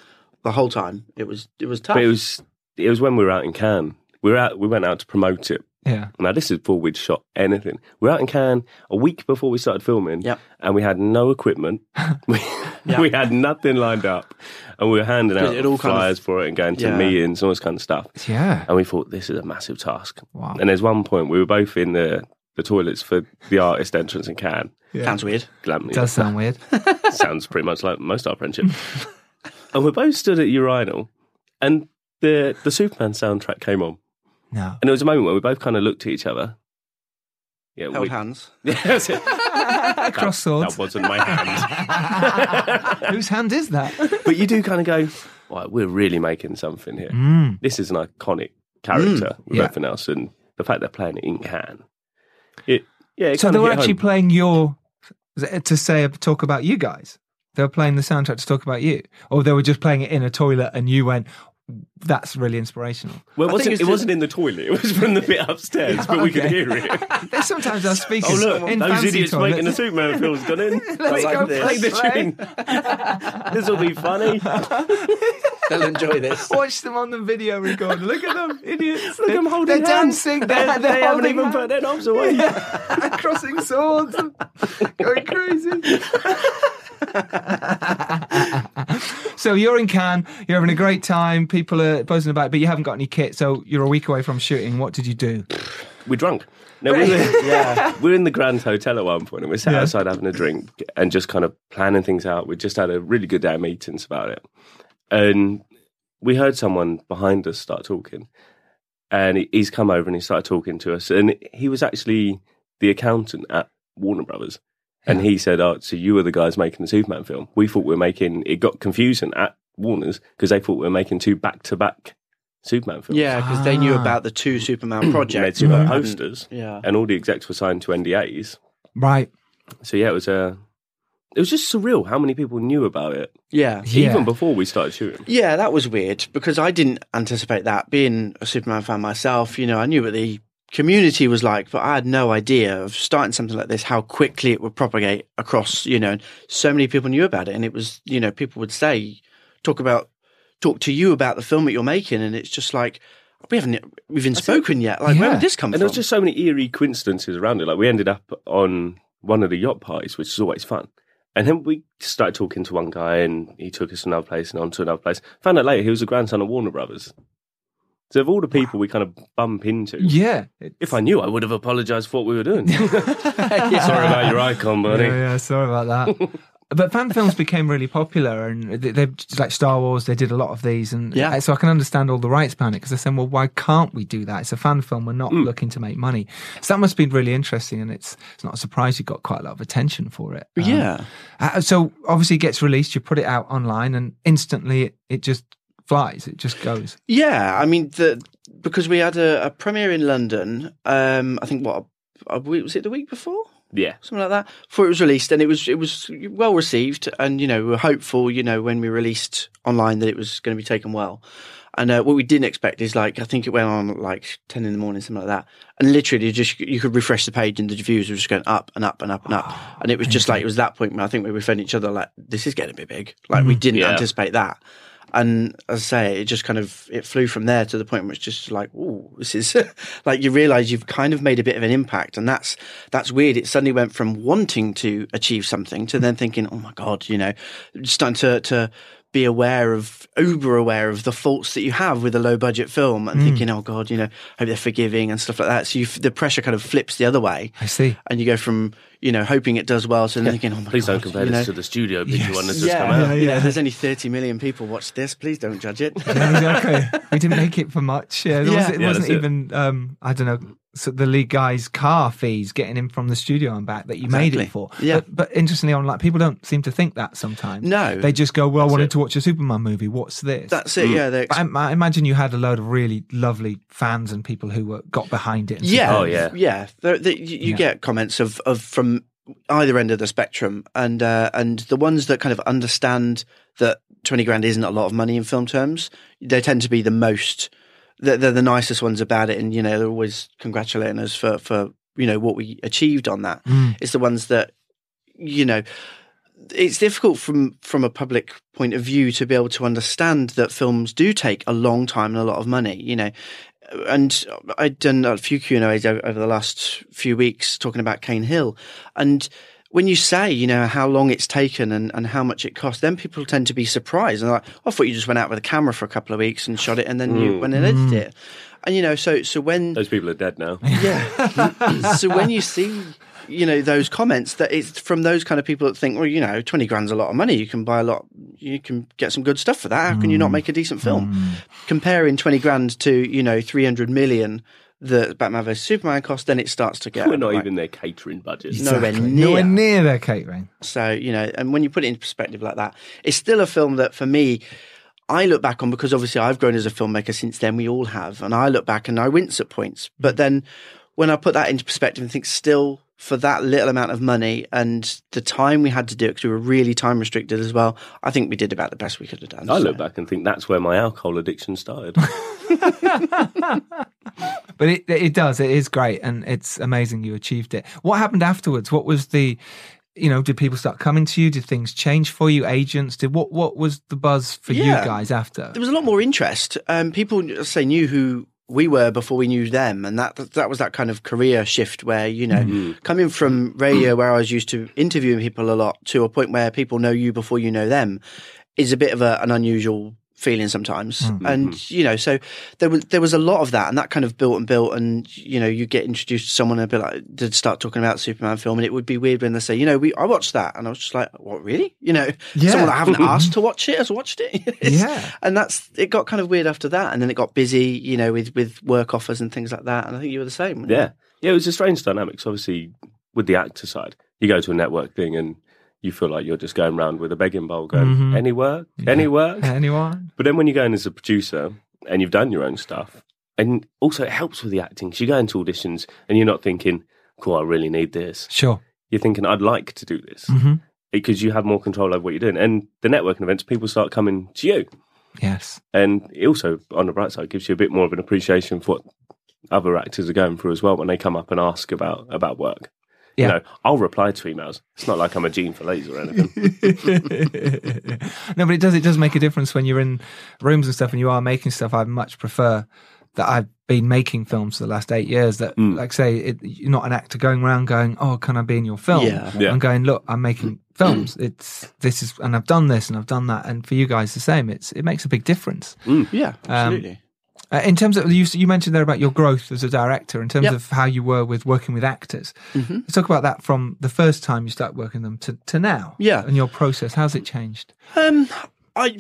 Speaker 5: the whole time. It was it was tough.
Speaker 4: But it was it was when we were out in Cannes. We were out we went out to promote it.
Speaker 3: Yeah.
Speaker 4: Now this is before we'd shot anything. We were out in Cannes a week before we started filming.
Speaker 5: Yep.
Speaker 4: And we had no equipment. we, we had nothing lined up. And we were handing out
Speaker 5: It all kind of-
Speaker 4: flyers for it and going to
Speaker 5: Yeah.
Speaker 4: meetings and all this kind of stuff.
Speaker 3: Yeah.
Speaker 4: And we thought this is a massive task.
Speaker 3: Wow.
Speaker 4: And there's one point we were both in the, the toilets for the artist entrance in Cannes.
Speaker 5: Sounds weird.
Speaker 4: Glam-
Speaker 3: Does sound weird.
Speaker 4: sounds pretty much like most our friendship. and we both stood at urinal and the the Superman soundtrack came on.
Speaker 3: No.
Speaker 4: And there was a moment where we both kind of looked at each other. Yeah,
Speaker 5: Held
Speaker 4: we,
Speaker 5: hands.
Speaker 4: Yeah, that's it.
Speaker 3: Cross
Speaker 4: That
Speaker 3: swords.
Speaker 4: wasn't my hand.
Speaker 3: Whose hand is that?
Speaker 4: but you do kind of go, wow, we're really making something here.
Speaker 3: Hmm.
Speaker 4: This is an iconic character with
Speaker 3: Mm. Yeah.
Speaker 4: everything else, and the fact they're playing it in Cannes, it yeah. It
Speaker 3: so
Speaker 4: kind
Speaker 3: they
Speaker 4: of
Speaker 3: were
Speaker 4: hit home.
Speaker 3: actually playing your to say talk about you guys. They were playing the soundtrack to talk about you, or they were just playing it in a toilet, and you went, "That's really inspirational."
Speaker 4: Well, it
Speaker 5: I think
Speaker 4: wasn't,
Speaker 5: it's
Speaker 4: it
Speaker 5: just-
Speaker 4: wasn't in the toilet. It was from the bit upstairs, but we could
Speaker 3: okay.
Speaker 4: hear it.
Speaker 3: There's sometimes our speakers
Speaker 4: Oh look,
Speaker 3: in
Speaker 4: those
Speaker 3: fancy
Speaker 4: idiots
Speaker 3: toilets.
Speaker 4: making the Superman film's gone in.
Speaker 3: Let's
Speaker 5: like
Speaker 3: go
Speaker 5: this.
Speaker 4: Play
Speaker 3: play
Speaker 4: the
Speaker 3: play.
Speaker 4: tune. this will be funny.
Speaker 5: They'll enjoy this.
Speaker 3: Watch them on the video recorder. Look at them, idiots.
Speaker 4: Look, I'm holding
Speaker 3: They're
Speaker 4: hands.
Speaker 3: dancing. They're, they're
Speaker 4: They, they haven't
Speaker 3: holding
Speaker 4: even
Speaker 3: hands.
Speaker 4: put their knobs away.
Speaker 3: crossing swords, going crazy. so you're in Cannes, you're having a great time, people are buzzing about, but you haven't got any kit, so you're a week away from shooting. What did you do?
Speaker 4: We're drunk. No, we're, in, yeah. we're in the Grand Hotel at one point, and we're sat outside having a drink and just kind of planning things out. We just had a really good day of meetings about it, and we heard someone behind us start talking, and he- he's come over and he started talking to us, and he was actually the accountant at Warner Brothers. And he said, "Oh, so you were the guys making the Superman film? We thought we were making. It got confusing at Warner's because they thought we were making two back-to-back Superman films.
Speaker 5: Yeah, Mm-hmm. because they knew about the two Superman
Speaker 4: And they
Speaker 5: projects.
Speaker 4: two
Speaker 5: but
Speaker 4: had
Speaker 5: hadn't-
Speaker 4: Ah. posters,
Speaker 5: Yeah.
Speaker 4: and all the execs were signed to NDAs.
Speaker 3: Right.
Speaker 4: So yeah, it was uh, it was just surreal how many people knew about it
Speaker 5: Yeah.
Speaker 3: Yeah.
Speaker 4: even before we started shooting.
Speaker 5: Yeah, that was weird because I didn't anticipate that. Being a Superman fan myself, you know, I knew what the community was like, but I had no idea of starting something like this, how quickly it would propagate across, you know, and so many people knew about it. And it was, you know, people would say, talk about, talk to you about the film that you're making. And it's just like, we haven't e, even spoken yet. Like, where
Speaker 3: Yeah.
Speaker 5: would this come
Speaker 4: And there
Speaker 5: from?
Speaker 4: was just so many eerie coincidences around it. Like we ended up on one of the yacht parties, which is always fun. And then we started talking to one guy, and he took us to another place and on to another place. Found out later he was the grandson of Warner Brothers. So of all the people we kind of bump into,
Speaker 3: Yeah. It's-
Speaker 4: if I knew, I would have apologised for what we were doing. Sorry about your icon, buddy.
Speaker 3: Yeah, yeah, sorry about that. But fan films became really popular, and they, they like Star Wars. They did a lot of these, and
Speaker 5: Yeah.
Speaker 3: so I can understand all the rights behind it because they're saying, "Well, why can't we do that? It's a fan film. We're not
Speaker 5: Hmm.
Speaker 3: looking to make money." So that must be really interesting, and it's it's not a surprise you got quite a lot of attention for it. Um,
Speaker 5: yeah.
Speaker 3: uh, so obviously, it gets released. You put it out online, and instantly, it, it just flies. It just goes.
Speaker 5: Yeah, I mean the because we had a, a premiere in London. Um, I think what a, a week, was it the week before,
Speaker 4: Yeah.
Speaker 5: something like that, before it was released, and it was it was well received, and you know we were hopeful, you know, when we released online that it was going to be taken well. And uh, what we didn't expect is like I think it went on at like ten in the morning, something like that, and literally just you could refresh the page and the reviews were just going up and up and up and up, and it was just like it was that point where I think we were phoning each other like this is getting a bit big, like we didn't
Speaker 4: Yeah.
Speaker 5: anticipate that, and as I say, it just kind of it flew from there to the point where it's just like, oh, this is like you realise you've kind of made a bit of an impact, and that's that's weird. It suddenly went from wanting to achieve something to then thinking, oh my god, you know, starting to to be aware of uber aware of the faults that you have with a low budget film,
Speaker 4: Hmm.
Speaker 5: and thinking, oh god, you know, hope they're forgiving and stuff like that. So you, the pressure kind of flips the other way,
Speaker 3: I see.
Speaker 5: and you go from you know hoping it does well to then thinking, oh my
Speaker 4: Please
Speaker 5: god,
Speaker 4: don't compare
Speaker 5: you
Speaker 4: this to
Speaker 5: know,
Speaker 4: the studio picture one that's just
Speaker 5: yeah,
Speaker 4: come out.
Speaker 5: you know,
Speaker 3: yeah.
Speaker 5: there's only 30 million people watch this. Please don't judge it.
Speaker 3: Yeah, exactly. we didn't make it for much. Yeah, there
Speaker 5: Yeah.
Speaker 3: wasn't, it
Speaker 4: Yeah,
Speaker 3: wasn't
Speaker 4: that's it.
Speaker 3: even um, I don't know so the lead guy's car fees getting him from the studio and back that you made
Speaker 5: Exactly.
Speaker 3: it for.
Speaker 5: Yeah.
Speaker 3: But, but interestingly, on like people don't seem to think that sometimes.
Speaker 5: No.
Speaker 3: they just go, "Well, I wanted
Speaker 4: it.
Speaker 3: to watch a Superman movie. What's this?"
Speaker 5: That's it. Yeah, they're
Speaker 3: But I, I imagine you had a load of really lovely fans and people who were, got behind it. And
Speaker 5: Yeah,
Speaker 4: Oh, yeah.
Speaker 5: yeah. There- there- you you
Speaker 3: Yeah.
Speaker 5: get comments of, of from either end of the spectrum, and uh, and the ones that kind of understand that twenty grand isn't a lot of money in film terms, they tend to be the most. They're, they're the nicest ones about it, and you know they're always congratulating us for for you know what we achieved on that.
Speaker 3: Hmm.
Speaker 5: It's the ones that you know it's difficult from from a public point of view to be able to understand that films do take a long time and a lot of money you know and i'd done a few q and a's o- over the last few weeks talking about kane hill and when you say you know how long it's taken and, and how much it cost then people tend to be surprised and like "Oh, i thought you just went out with a camera for a couple of weeks and shot it and then you went and edited it and you know so so when
Speaker 4: Those people are dead now.
Speaker 5: yeah. so when you see, you know, those comments that it's from those kind of people that think, well, you know, twenty grand's a lot of money. You can buy a lot. You can get some good stuff for that. How can you not make a decent film? Comparing twenty grand to you know three hundred million that Batman vs Superman cost, then it starts to get
Speaker 4: We're not
Speaker 5: like,
Speaker 4: even their catering budget.
Speaker 5: No. nowhere near.
Speaker 3: nowhere near their catering.
Speaker 5: So you know, and when you put it in perspective like that, it's still a film that for me. I look back on because obviously I've grown as a filmmaker since then. We all have, and I look back and I wince at
Speaker 4: Mm.
Speaker 5: points. But then when I put that into perspective and think, still for that little amount of money and the time we had to do it because we were really time restricted as well, I think we did about the best we could have done.
Speaker 4: I
Speaker 5: So-
Speaker 4: look back and think that's where my alcohol addiction started.
Speaker 3: But it it does. It is great, and it's amazing you achieved it. What happened afterwards? What was the, you know, did people start coming to you? Did things change for you? Agents did what? What was the buzz for
Speaker 5: Yeah.
Speaker 3: you guys after?
Speaker 5: there was a lot more interest. Um, people as I say knew who we were before we knew them, and that that was that kind of career shift where you know
Speaker 3: Mm-hmm.
Speaker 5: coming from radio where I was used to interviewing people a lot to a point where people know you before you know them is a bit of a, an unusual feeling sometimes
Speaker 3: Mm-hmm.
Speaker 5: and you know so there was there was a lot of that and that kind of built and built and you know you get introduced to someone and be like they'd start talking about superman film and it would be weird when they say you know we i watched that and i was just like what really you know
Speaker 3: Yeah.
Speaker 5: someone i haven't asked to watch it has watched it It's-
Speaker 3: Yeah.
Speaker 5: and that's it got kind of weird after that and then it got busy you know with with work offers and things like that and i think you were the same weren't you?
Speaker 4: yeah. Yeah, it was a strange dynamic. 'cause obviously, with the actor side, you go to a network thing and you feel like you're just going around with a begging bowl going,
Speaker 3: Mhm.
Speaker 4: any work? Any work?
Speaker 3: Anyone?
Speaker 4: But then when you go in as a producer and you've done your own stuff, and also it helps with the acting. 'cause you go into auditions and you're not thinking, cool, I really need this.
Speaker 3: Sure.
Speaker 4: You're thinking, I'd like to do this
Speaker 3: Mhm.
Speaker 4: because you have more control over what you're doing. And the networking events, people start coming to you.
Speaker 3: Yes.
Speaker 4: And it also, on the bright side, gives you a bit more of an appreciation for what other actors are going through as well when they come up and ask about, about work.
Speaker 3: Yeah.
Speaker 4: You know, I'll reply to emails. It's not like I'm a gene for laser or anything.
Speaker 3: no, but it does. It does make a difference when you're in rooms and stuff, and you are making stuff. I much prefer that I've been making films for the last eight years. That,
Speaker 5: Mm.
Speaker 3: like, say, it, you're not an actor going around going, "Oh, can I be in your film?"
Speaker 5: Yeah. Mm.
Speaker 4: Yeah.
Speaker 3: I'm going, "Look, I'm making films. It's this is, and I've done this and I've done that." And for you guys, the same. It's it makes a big difference.
Speaker 5: yeah absolutely
Speaker 3: Uh, in terms of you, you mentioned there about your growth as a director, in terms
Speaker 5: Yep. Mm-hmm.
Speaker 3: of how you were with working with actors. Let's talk about that from the first time you start working them to, to now.
Speaker 5: Yeah.
Speaker 3: and your process. How's it changed?
Speaker 5: Um, I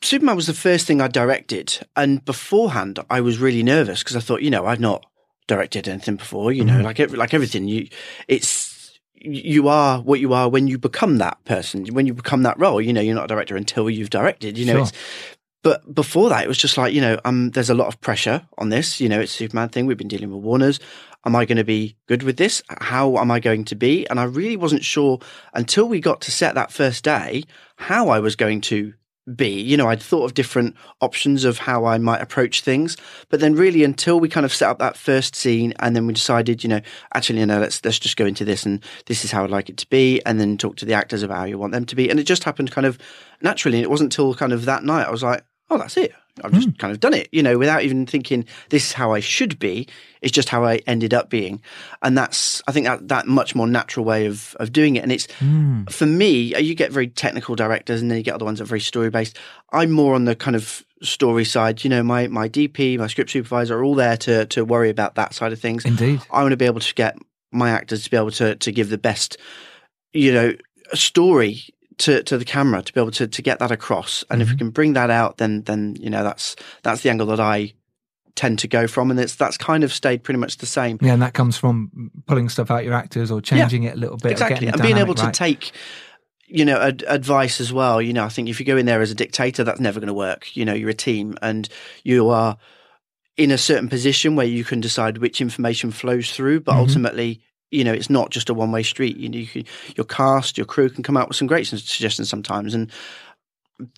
Speaker 5: Superman was the first thing I directed, and beforehand I was really nervous because I thought, you know, I've not directed anything before. You know, like every, like everything, you it's you are what you are when you become that person, when you become that role. You know, you're not a director until you've directed. You know,
Speaker 3: Sure.
Speaker 5: it's but before that, it was just like, you know, um, there's a lot of pressure on this. You know, it's a Superman thing. We've been dealing with Warners. Am I going to be good with this? How am I going to be? And I really wasn't sure until we got to set that first day how I was going to be. You know, I'd thought of different options of how I might approach things, but then really until we kind of set up that first scene and then we decided, you know, actually, you know, let's let's just go into this and this is how I'd like it to be, and then talk to the actors about how you want them to be. And it just happened kind of naturally. And it wasn't till kind of that night I was like, oh, that's it. I've just kind of done it, you know, without even thinking this is how I should be. It's just how I ended up being, and that's I think that that much more natural way of of doing it. And it's for me, uh, you get very technical directors, and then you get other ones that are very story based. I'm more on the kind of story side. You know, my my DP, my script supervisor are all there to to worry about that side of things.
Speaker 3: Indeed.
Speaker 5: I want to be able to get my actors to be able to to give the best, you know, story to, to the camera to be able to, to get that across. And if we can bring that out, then then you know that's that's the angle that I tend to go from, and it's that's kind of stayed pretty much the same.
Speaker 3: Yeah, and that comes from pulling stuff out your actors or changing it a little bit. or
Speaker 5: exactly,
Speaker 3: getting the
Speaker 5: and being able
Speaker 3: dynamic
Speaker 5: to
Speaker 3: right.
Speaker 5: take. You know, ad- advice as well. You know, I think if you go in there as a dictator, that's never going to work. You know, you're a team and you are in a certain position where you can decide which information flows through,
Speaker 3: Mm-hmm.
Speaker 5: but ultimately, you know, it's not just a one way street. You know, you can, your cast, your crew can come out with some great s- suggestions sometimes, and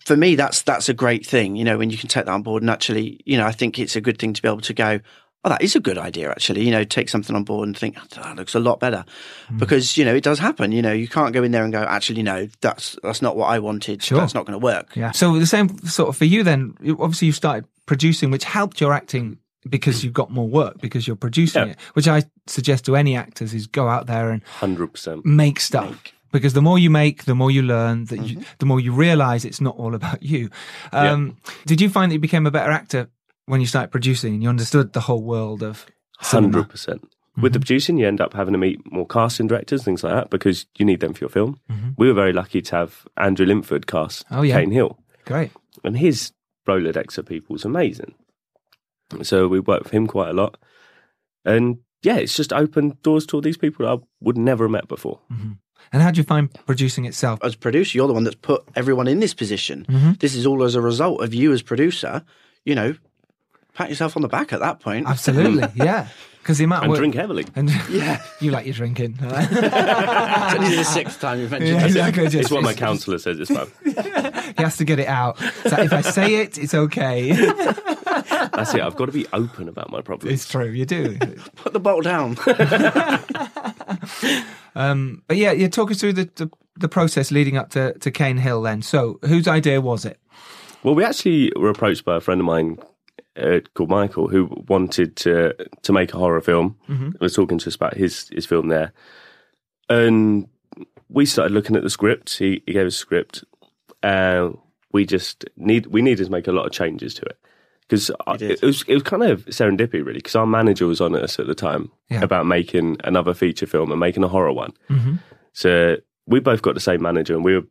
Speaker 5: for me, that's that's a great thing. You know, when you can take that on board, and actually, you know, I think it's a good thing to be able to go. Oh, that is a good idea, actually. You know, take something on board and think "Oh, that looks a lot better,
Speaker 3: Mm.
Speaker 5: because you know it does happen. You know, you can't go in there and go, actually, no, that's that's not what I wanted.
Speaker 3: Sure.
Speaker 5: That's not going to work.
Speaker 3: Yeah. So the same sort of for you then. you- Obviously, you started producing, which helped your acting because you got more work because you're producing
Speaker 4: Yeah.
Speaker 3: it. Which I suggest to any actors is go out there and
Speaker 4: 100%.
Speaker 3: make stuff. Because the more you make, the more you learn. That you,
Speaker 5: Mm-hmm.
Speaker 3: the more you realize it's not all about you. Um, Did you find that you became a better actor when you started producing and you understood the whole world of?
Speaker 4: Hundred percent. With
Speaker 3: Mm-hmm.
Speaker 4: the producing, you end up having to meet more casting directors, things like that, because you need them for your film. We were very lucky to have Andrew Linford cast
Speaker 3: Mm-hmm. Oh, yeah.
Speaker 4: Kane Hill,
Speaker 3: Great.
Speaker 4: and his Rolodex of people is amazing. So we worked with him quite a lot,
Speaker 3: Mm-hmm.
Speaker 4: and yeah, it's just opened doors to all these people that I would never have met before.
Speaker 3: And how do you find producing itself?
Speaker 5: as producer, you're the one that's put everyone in this position.
Speaker 3: Mm-hmm.
Speaker 5: This is all as a result of you as producer. You know, pat yourself on the back at that point.
Speaker 3: Absolutely, yeah. Because the amount
Speaker 4: and
Speaker 3: of work-
Speaker 4: drink heavily.
Speaker 3: And yeah, you like your drinking.
Speaker 6: this is the sixth time you've mentioned
Speaker 3: Yeah,
Speaker 6: it.
Speaker 3: exactly.
Speaker 4: It's
Speaker 3: Just-
Speaker 4: what my counsellor says. It's fine.
Speaker 3: He has to get it out. So if I say it, it's okay.
Speaker 4: That's it. I've got to be open about my problems.
Speaker 3: It's true. You do.
Speaker 5: Put the bottle down.
Speaker 3: But yeah, you talk us through the, the the process leading up to to Cane Hill. Then, so whose idea was it?
Speaker 4: Well, we actually were approached by a friend of mine uh, called Michael, who wanted to to make a horror film. I was talking to us about his his film there, and we started looking at the script. He, he gave us a script. Uh, we just need we needed to make a lot of changes to it because it, was it was kind of serendipity really because our manager was on us at the time
Speaker 3: Yeah.
Speaker 4: about making another feature film and making a horror one. So we both got the same manager, and we were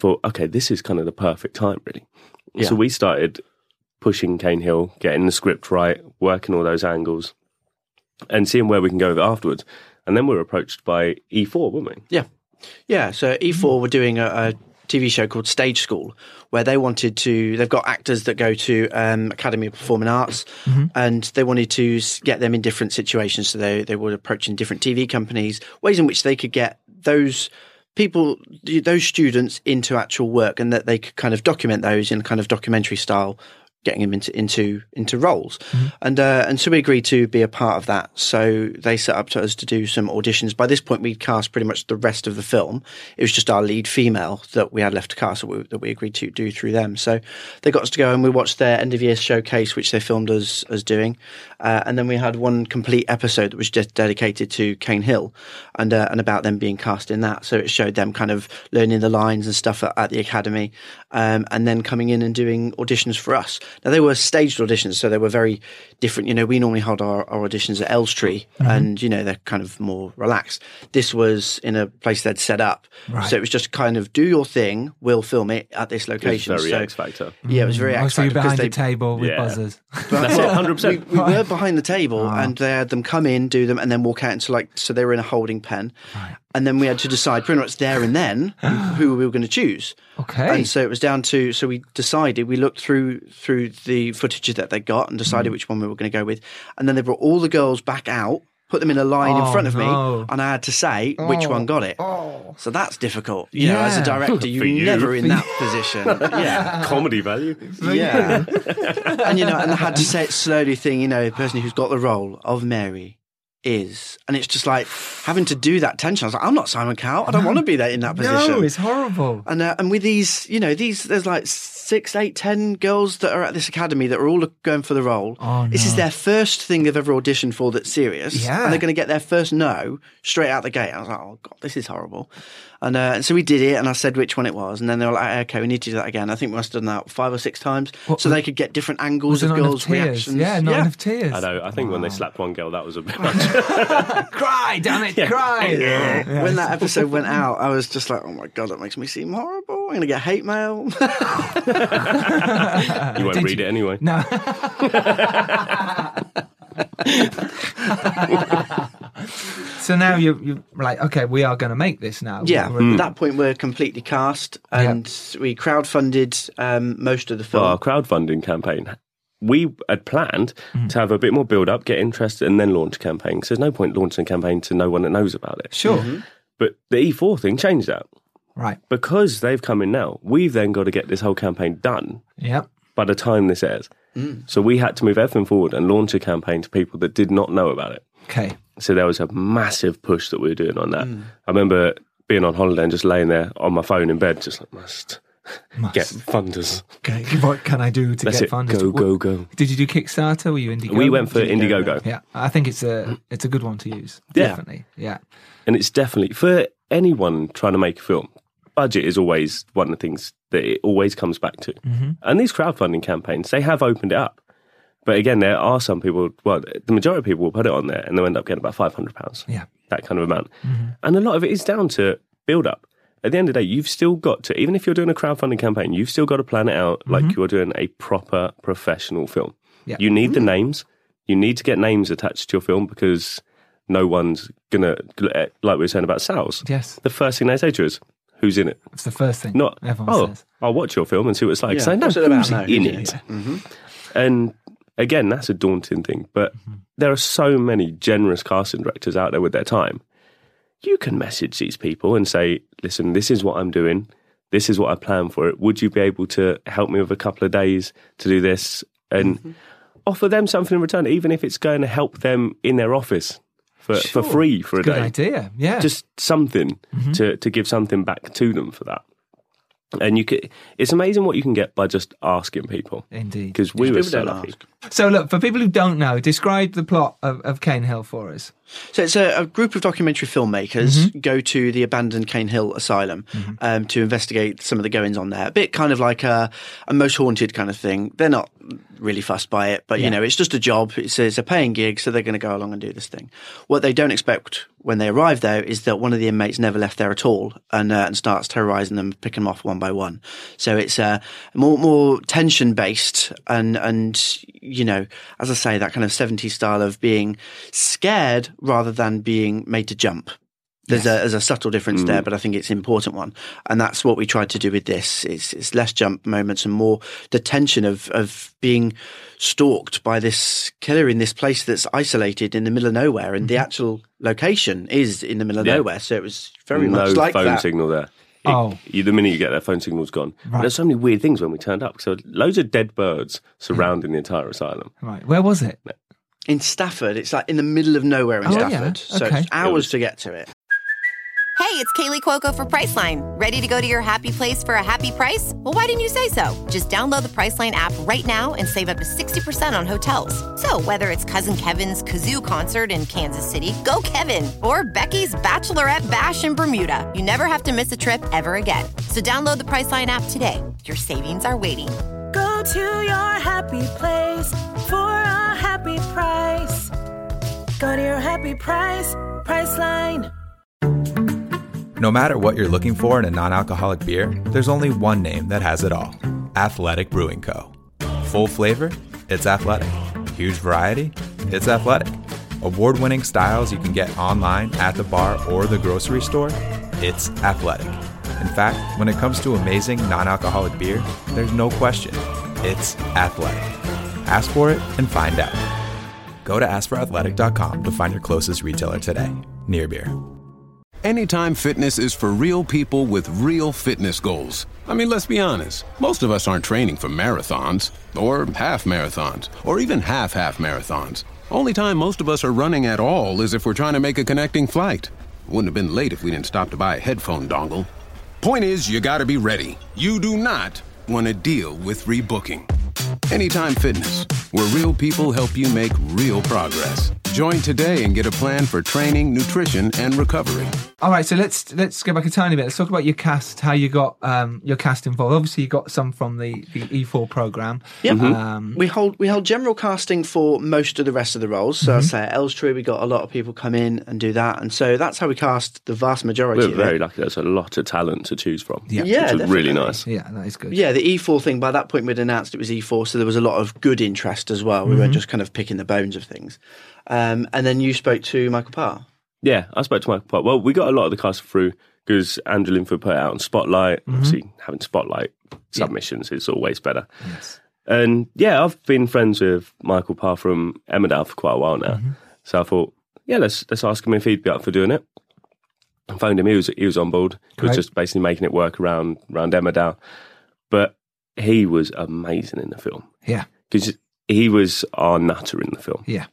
Speaker 4: thought, okay, this is kind of the perfect time, really. So we started pushing Cane Hill, getting the script right, working all those angles, and seeing where we can go with it afterwards. And then we were approached by E4, weren't we?
Speaker 5: Yeah. Yeah. So E4 were doing a, a TV show called Stage School where they wanted to, they've got actors that go to um, Academy of Performing Arts and they wanted to s- get them in different situations. So they, they were approaching different TV companies, ways in which they could get those people, those students into actual work and that they could kind of document those in kind of documentary style getting him into into into roles, and uh, and so we agreed to be a part of that. So they set up to us to do some auditions. By this point, we'd cast pretty much the rest of the film. It was just our lead female that we had left to cast that we, that we agreed to do through them. So they got us to go and we watched their end of year showcase, which they filmed us as doing, uh, and then we had one complete episode that was just dedicated to Cane Hill, and uh, and about them being cast in that. So it showed them kind of learning the lines and stuff at, at the academy, um, and then coming in and doing auditions for us. Now they were staged auditions, so they were very different. You know, we normally hold our, our auditions at Elstree, and you know they're kind of more relaxed. This was in a place they'd set up, so it was just kind of do your thing. We'll film it at this
Speaker 4: It's
Speaker 5: location.
Speaker 4: very
Speaker 5: so,
Speaker 4: X Factor.
Speaker 5: Yeah, it was very
Speaker 3: I
Speaker 5: X
Speaker 3: saw you
Speaker 5: Factor
Speaker 3: Oh, behind
Speaker 5: because
Speaker 3: the
Speaker 5: they
Speaker 3: table with
Speaker 4: Yeah.
Speaker 3: buzzers.
Speaker 4: That's it, hundred
Speaker 5: we,
Speaker 4: percent.
Speaker 5: we were behind the table and they had them come in, do them, and then walk out into like, so they were in a holding pen. And then we had to decide pretty much there and then who we were going to choose.
Speaker 3: Okay.
Speaker 5: And so it was down to, so we decided, we looked through through the footage that they got and decided
Speaker 3: Mm.
Speaker 5: which one we were going to go with. And then they brought all the girls back out, put them in a line
Speaker 3: Oh,
Speaker 5: in front of
Speaker 3: no. Oh.
Speaker 5: me, and I had to say which one got it. So that's difficult. You know, as a
Speaker 3: Yeah.
Speaker 5: director,
Speaker 4: For
Speaker 5: you're
Speaker 4: you.
Speaker 5: never in that position. Yeah.
Speaker 4: Comedy value.
Speaker 5: Yeah. and you know, and I had to say it slowly, thing, you know, the person who's got the role of Mary is. And it's just like having to do that tension. I was like, I'm not Simon Cowell. I don't want to be there in that position.
Speaker 3: no, it's horrible.
Speaker 5: and, uh, and with these, you know, these, there's like six, eight, ten girls that are at this academy that are all going for the role.
Speaker 3: Oh,
Speaker 5: This is
Speaker 3: no.
Speaker 5: their first thing they've ever auditioned for that's serious.
Speaker 3: Yeah.
Speaker 5: And they're going to get their first no straight out the gate. I was like, oh, God, this is horrible. And, uh, and so we did it, and I said which one it was. And then they were like, okay, we need to do that again. I think we must have done that five or six times
Speaker 3: What-
Speaker 5: so they could get different
Speaker 3: Was
Speaker 5: angles
Speaker 3: there
Speaker 5: of
Speaker 3: not enough
Speaker 5: girls'
Speaker 3: tears?
Speaker 5: reactions.
Speaker 3: Yeah, not enough tears.
Speaker 4: I know. I think when they slapped one girl, that was a bit much.
Speaker 3: Cry, damn it, cry. Yeah.
Speaker 5: When that episode went out, I was just like, oh my God, that makes me seem horrible. I'm going to get hate mail.
Speaker 4: You won't
Speaker 3: Did
Speaker 4: read
Speaker 3: you-
Speaker 4: it anyway.
Speaker 3: No. so now you're, you're like, okay, we are going to make this now.
Speaker 5: Yeah,
Speaker 4: Mm-hmm.
Speaker 3: We're-
Speaker 5: at that point we're completely cast, and we crowdfunded um, most of the
Speaker 4: for
Speaker 5: film.
Speaker 4: our crowdfunding campaign, we had planned to have a bit more build up, get interest, and then launch a campaign. Because there's no point launching a campaign to no one that knows about it.
Speaker 3: Sure.
Speaker 4: But the E4 thing changed that
Speaker 3: Mm-hmm. Right.
Speaker 4: because they've come in now. We've then got to get this whole campaign done
Speaker 3: Yep.
Speaker 4: by the time this airs. So we had to move everything forward and launch a campaign to people that did not know about it.
Speaker 3: Okay.
Speaker 4: So there was a massive push that we were doing on that. I remember being on holiday and just laying there on my phone in bed, just like must, get funders.
Speaker 3: Okay. What can I do to
Speaker 4: That's
Speaker 3: get
Speaker 4: it.
Speaker 3: funded?
Speaker 4: Go go go.
Speaker 3: Did you do Kickstarter? Were you Indiegogo?
Speaker 4: We went for Indiegogo.
Speaker 3: Yeah, I think it's a it's a good one to use.
Speaker 4: Yeah.
Speaker 3: Definitely. Yeah.
Speaker 4: And it's definitely for anyone trying to make a film, budget is always one of the things that it always comes back to. And these crowdfunding campaigns, they have opened it up. But again, there are some people, well, the majority of people will put it on there and they'll end up getting about £500,
Speaker 3: Yeah.
Speaker 4: that kind of amount. And a lot of it is down to build up. At the end of the day, you've still got to, even if you're doing a crowdfunding campaign, you've still got to plan it out like you're doing a proper professional film.
Speaker 3: Yeah.
Speaker 4: You need the names. You need to get names attached to your film because no one's gonna like we were saying about sales.
Speaker 3: Yes.
Speaker 4: The first thing they say to us, who's in it?
Speaker 3: It's the first thing.
Speaker 4: Not
Speaker 3: everyone
Speaker 4: oh,
Speaker 3: says.
Speaker 4: I'll watch your film and see what it's like.
Speaker 5: Yeah,
Speaker 4: Say, no,
Speaker 5: what's it about
Speaker 4: who's
Speaker 5: now?
Speaker 4: in
Speaker 5: Yeah, Mm-hmm.
Speaker 4: it? Mm-hmm. And again, that's a daunting thing. But
Speaker 3: Mm-hmm.
Speaker 4: there are so many generous casting directors out there with their time. You can message these people and say, listen, this is what I'm doing. This is what I plan for it. Would you be able to help me with a couple of days to do this? And
Speaker 5: Mm-hmm.
Speaker 4: offer them something in return, even if it's going to help them in their office for,
Speaker 3: Sure.
Speaker 4: for free for a
Speaker 3: Good
Speaker 4: day
Speaker 3: idea. Yeah.
Speaker 4: just something
Speaker 3: Mm-hmm.
Speaker 4: to, to give something back to them for that. And you could, it's amazing what you can get by just asking people.
Speaker 3: Indeed.
Speaker 4: Because we were
Speaker 5: People
Speaker 4: so
Speaker 5: don't
Speaker 4: lucky.
Speaker 5: ask.
Speaker 3: So, look, for people who don't know, describe the plot of, of Cane Hill for us.
Speaker 5: So it's a, a group of documentary filmmakers go to the abandoned Cane Hill Asylum um, to investigate some of the goings on there. A bit kind of like a, a most haunted kind of thing. They're not really fussed by it, but you know, it's just a job. It's a, it's a paying gig, so they're going to go along and do this thing. What they don't expect when they arrive there is that one of the inmates never left there at all and uh, and starts terrorizing them, picking them off one by one. So it's uh, more more tension based and and you know, as I say, that kind of 70s style of being scared rather than being made to jump. There's, a, there's a subtle difference there,
Speaker 3: Mm.
Speaker 5: but I think it's an important one. And that's what we tried to do with this. It's, it's less jump moments and more the tension of, of being stalked by this killer in this place that's isolated in the middle of nowhere.
Speaker 3: Mm-hmm.
Speaker 5: And the actual location is in the middle of
Speaker 4: Yeah.
Speaker 5: nowhere. So it was very
Speaker 4: no
Speaker 5: much like
Speaker 4: phone
Speaker 5: that.
Speaker 4: signal there. It-
Speaker 3: Oh.
Speaker 4: you- the minute you get there, phone signal's gone. And There's so many weird things when we turned up. So loads of dead birds surrounding the entire asylum.
Speaker 3: Right. Where was it?
Speaker 5: In Stafford, it's like in the middle of nowhere in
Speaker 3: Oh, yeah.
Speaker 5: Stafford. So
Speaker 3: Okay.
Speaker 5: it's hours to get to it.
Speaker 7: Hey, it's Kaylee Cuoco for Priceline. Ready to go to your happy place for a happy price? Well, why didn't you say so? Just download the Priceline app right now and save up to 60% on hotels. So, whether it's Cousin Kevin's Kazoo concert in Kansas City, go Kevin, or Becky's Bachelorette Bash in Bermuda, you never have to miss a trip ever again. So, download the Priceline app today. Your savings are waiting.
Speaker 8: Go to your happy place for a happy price. Go to your happy price, Priceline.
Speaker 9: No matter what you're looking for in a non alcoholic beer, there's only one name that has it all Athletic Brewing Co. Full flavor, it's athletic. Huge variety, it's athletic. Award winning styles you can get online, at the bar, or the grocery store, it's athletic. In fact, when it comes to amazing non alcoholic beer, there's no question. It's athletic. Ask for it and find out. Go to askforathletic.com to find your closest retailer today. Near beer.
Speaker 10: Anytime Fitness is for real people with real fitness goals. I mean, let's be honest. Most of us aren't training for marathons, or half marathons, or even half half marathons. Only time most of us are running at all is if we're trying to make a connecting flight. Wouldn't have been late if we didn't stop to buy a headphone dongle. Point is, you gotta be ready. You do not want to deal with rebooking. Anytime Fitness, where real people help you make real progress. Join today and get a plan for training, nutrition, and recovery.
Speaker 3: All right, so let's let's go back a tiny bit. Let's talk about your cast. How you got um, your cast involved? Obviously, you got some from the, the E4 program. Uh,
Speaker 5: Yeah,
Speaker 4: Mm-hmm.
Speaker 3: Mm-hmm.
Speaker 5: Um, we hold we hold general casting for most of the rest of the roles. So I say at Elstree, we got a lot of people come in and do that, and so that's how we cast the vast majority.
Speaker 4: We were
Speaker 5: of
Speaker 4: very
Speaker 5: it.
Speaker 4: lucky. There's a lot of talent to choose from.
Speaker 3: Yeah.
Speaker 4: Which
Speaker 5: Yeah,
Speaker 4: was really
Speaker 5: definitely.
Speaker 4: nice.
Speaker 3: Yeah, that is good.
Speaker 5: Yeah, the E4 thing. By that point, we'd announced it was E4, so there was a lot of good interest as well. We weren't just kind of picking the bones of things. Um, and then you spoke to Michael Parr.
Speaker 4: Yeah, I spoke to Michael Park. Well, we got a lot of the cast through because Andrew Linford put it out on Spotlight. Obviously, having Spotlight submissions is always better. And yeah, I've been friends with Michael Parr from Emmerdale for quite a while now. So I thought, yeah, let's let's ask him if he'd be up for doing it. I phoned him. He was he was on board. He
Speaker 3: Great.
Speaker 4: was just basically making it work around around Emmerdale, but he was amazing in the film
Speaker 3: yeah,
Speaker 4: because he was our nutter in the film
Speaker 3: yeah.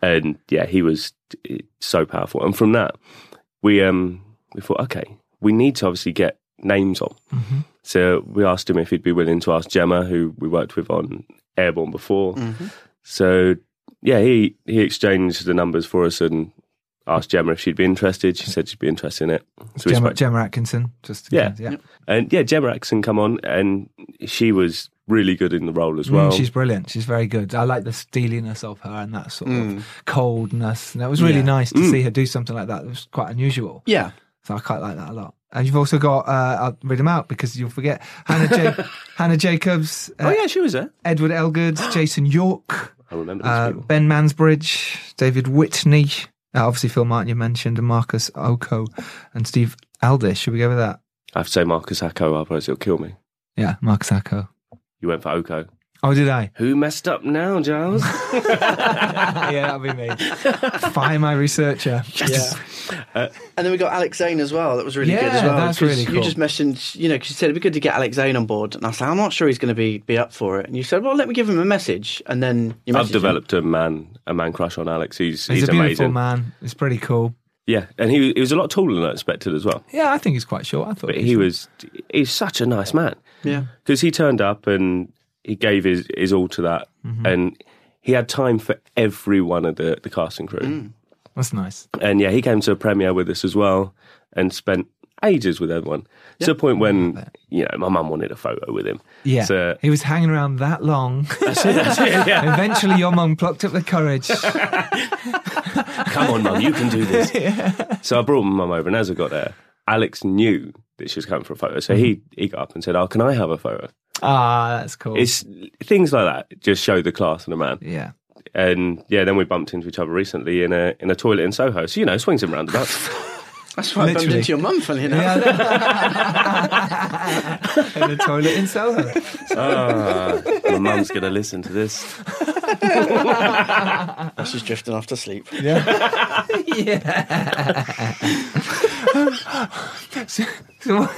Speaker 4: and yeah, he was so powerful. And from that, we um we thought, okay, we need to obviously get names on.
Speaker 3: Mm-hmm.
Speaker 4: So we asked him if he'd be willing to ask Gemma, who we worked with on Airborne before. So yeah, he he exchanged the numbers for us and asked Gemma if she'd be interested. She said she'd be interested in it. So we
Speaker 3: Gemma,
Speaker 4: spoke-
Speaker 3: Gemma Atkinson. Just in
Speaker 4: Yeah.
Speaker 3: case, yeah.
Speaker 4: and yeah, Gemma Axon come on, and she was really good in the role as well.
Speaker 3: Mm, she's brilliant. She's very good. I like the steeliness of her and that sort
Speaker 4: Mm.
Speaker 3: of coldness. And it was really
Speaker 5: Yeah.
Speaker 3: nice to see her do something like that. It was quite unusual.
Speaker 5: Yeah,
Speaker 3: So I quite like that a lot. And you've also got, uh, I'll read them out because you'll forget, Hannah, ja- Hannah Jacobs, uh,
Speaker 4: oh yeah, she was there.
Speaker 3: Edward Elgood, Jason York,
Speaker 4: I remember. these
Speaker 3: uh,
Speaker 4: people.
Speaker 3: Ben Mansbridge, David Whitney, Uh, obviously, Phil Martin, you mentioned, and Marcus Oko and Steve Aldish. Should we go with that?
Speaker 4: I have to say Marcus Hacko, otherwise it'll kill me.
Speaker 3: Yeah, Marcus Oko.
Speaker 4: You went for Oko.
Speaker 3: Oh, did I?
Speaker 4: Who messed up now, Giles?
Speaker 3: yeah, that'll be me. Fire my researcher.
Speaker 5: Yes. And then we got Alex Zane as well. That was really good as
Speaker 3: Yeah,
Speaker 5: well.
Speaker 3: that's
Speaker 5: 'cause
Speaker 3: really cool.
Speaker 5: You just mentioned, you know, because you said it'd be good to get Alex Zane on board, and I said I'm not sure he's going to be be up for it. And you said, well, let me give him a message, and then you messaged
Speaker 4: I've
Speaker 5: him.
Speaker 4: developed a man a man crush on Alex. He's
Speaker 3: He's,
Speaker 4: he's,
Speaker 3: a beautiful
Speaker 4: amazing.
Speaker 3: man. It's pretty cool.
Speaker 4: Yeah, and he he was a lot taller than I expected as well.
Speaker 3: Yeah, I think he's quite short. I thought
Speaker 4: But he was he's such a nice man.
Speaker 5: Yeah.
Speaker 4: because he turned up and he gave his, his all to that,
Speaker 3: Mm-hmm.
Speaker 4: and he had time for every one of the, the casting crew.
Speaker 3: Mm. That's nice.
Speaker 4: And yeah, he came to a premiere with us as well, and spent ages with everyone to the point when you know my mum wanted a photo with him.
Speaker 3: Yeah,
Speaker 4: so
Speaker 3: he was hanging around that long. Eventually, your mum plucked up the courage.
Speaker 4: come on, mum, you can do this. So I brought my mum over, and as I got there, Alex knew that she was coming for a photo, so he he got up and said, "Oh, can I have a photo?"
Speaker 3: Ah, that's cool.
Speaker 4: It's things like that just show the class and the man.
Speaker 3: yeah.
Speaker 4: and yeah, then we bumped into each other recently in a in a toilet in Soho. So you know, swings and roundabouts.
Speaker 5: That's why I bumped
Speaker 3: Literally.
Speaker 5: into your mum, funny enough.
Speaker 3: in the toilet in Soho.
Speaker 4: Ah, my mum's gonna listen to this.
Speaker 5: She's drifting off to sleep.
Speaker 3: So, so what-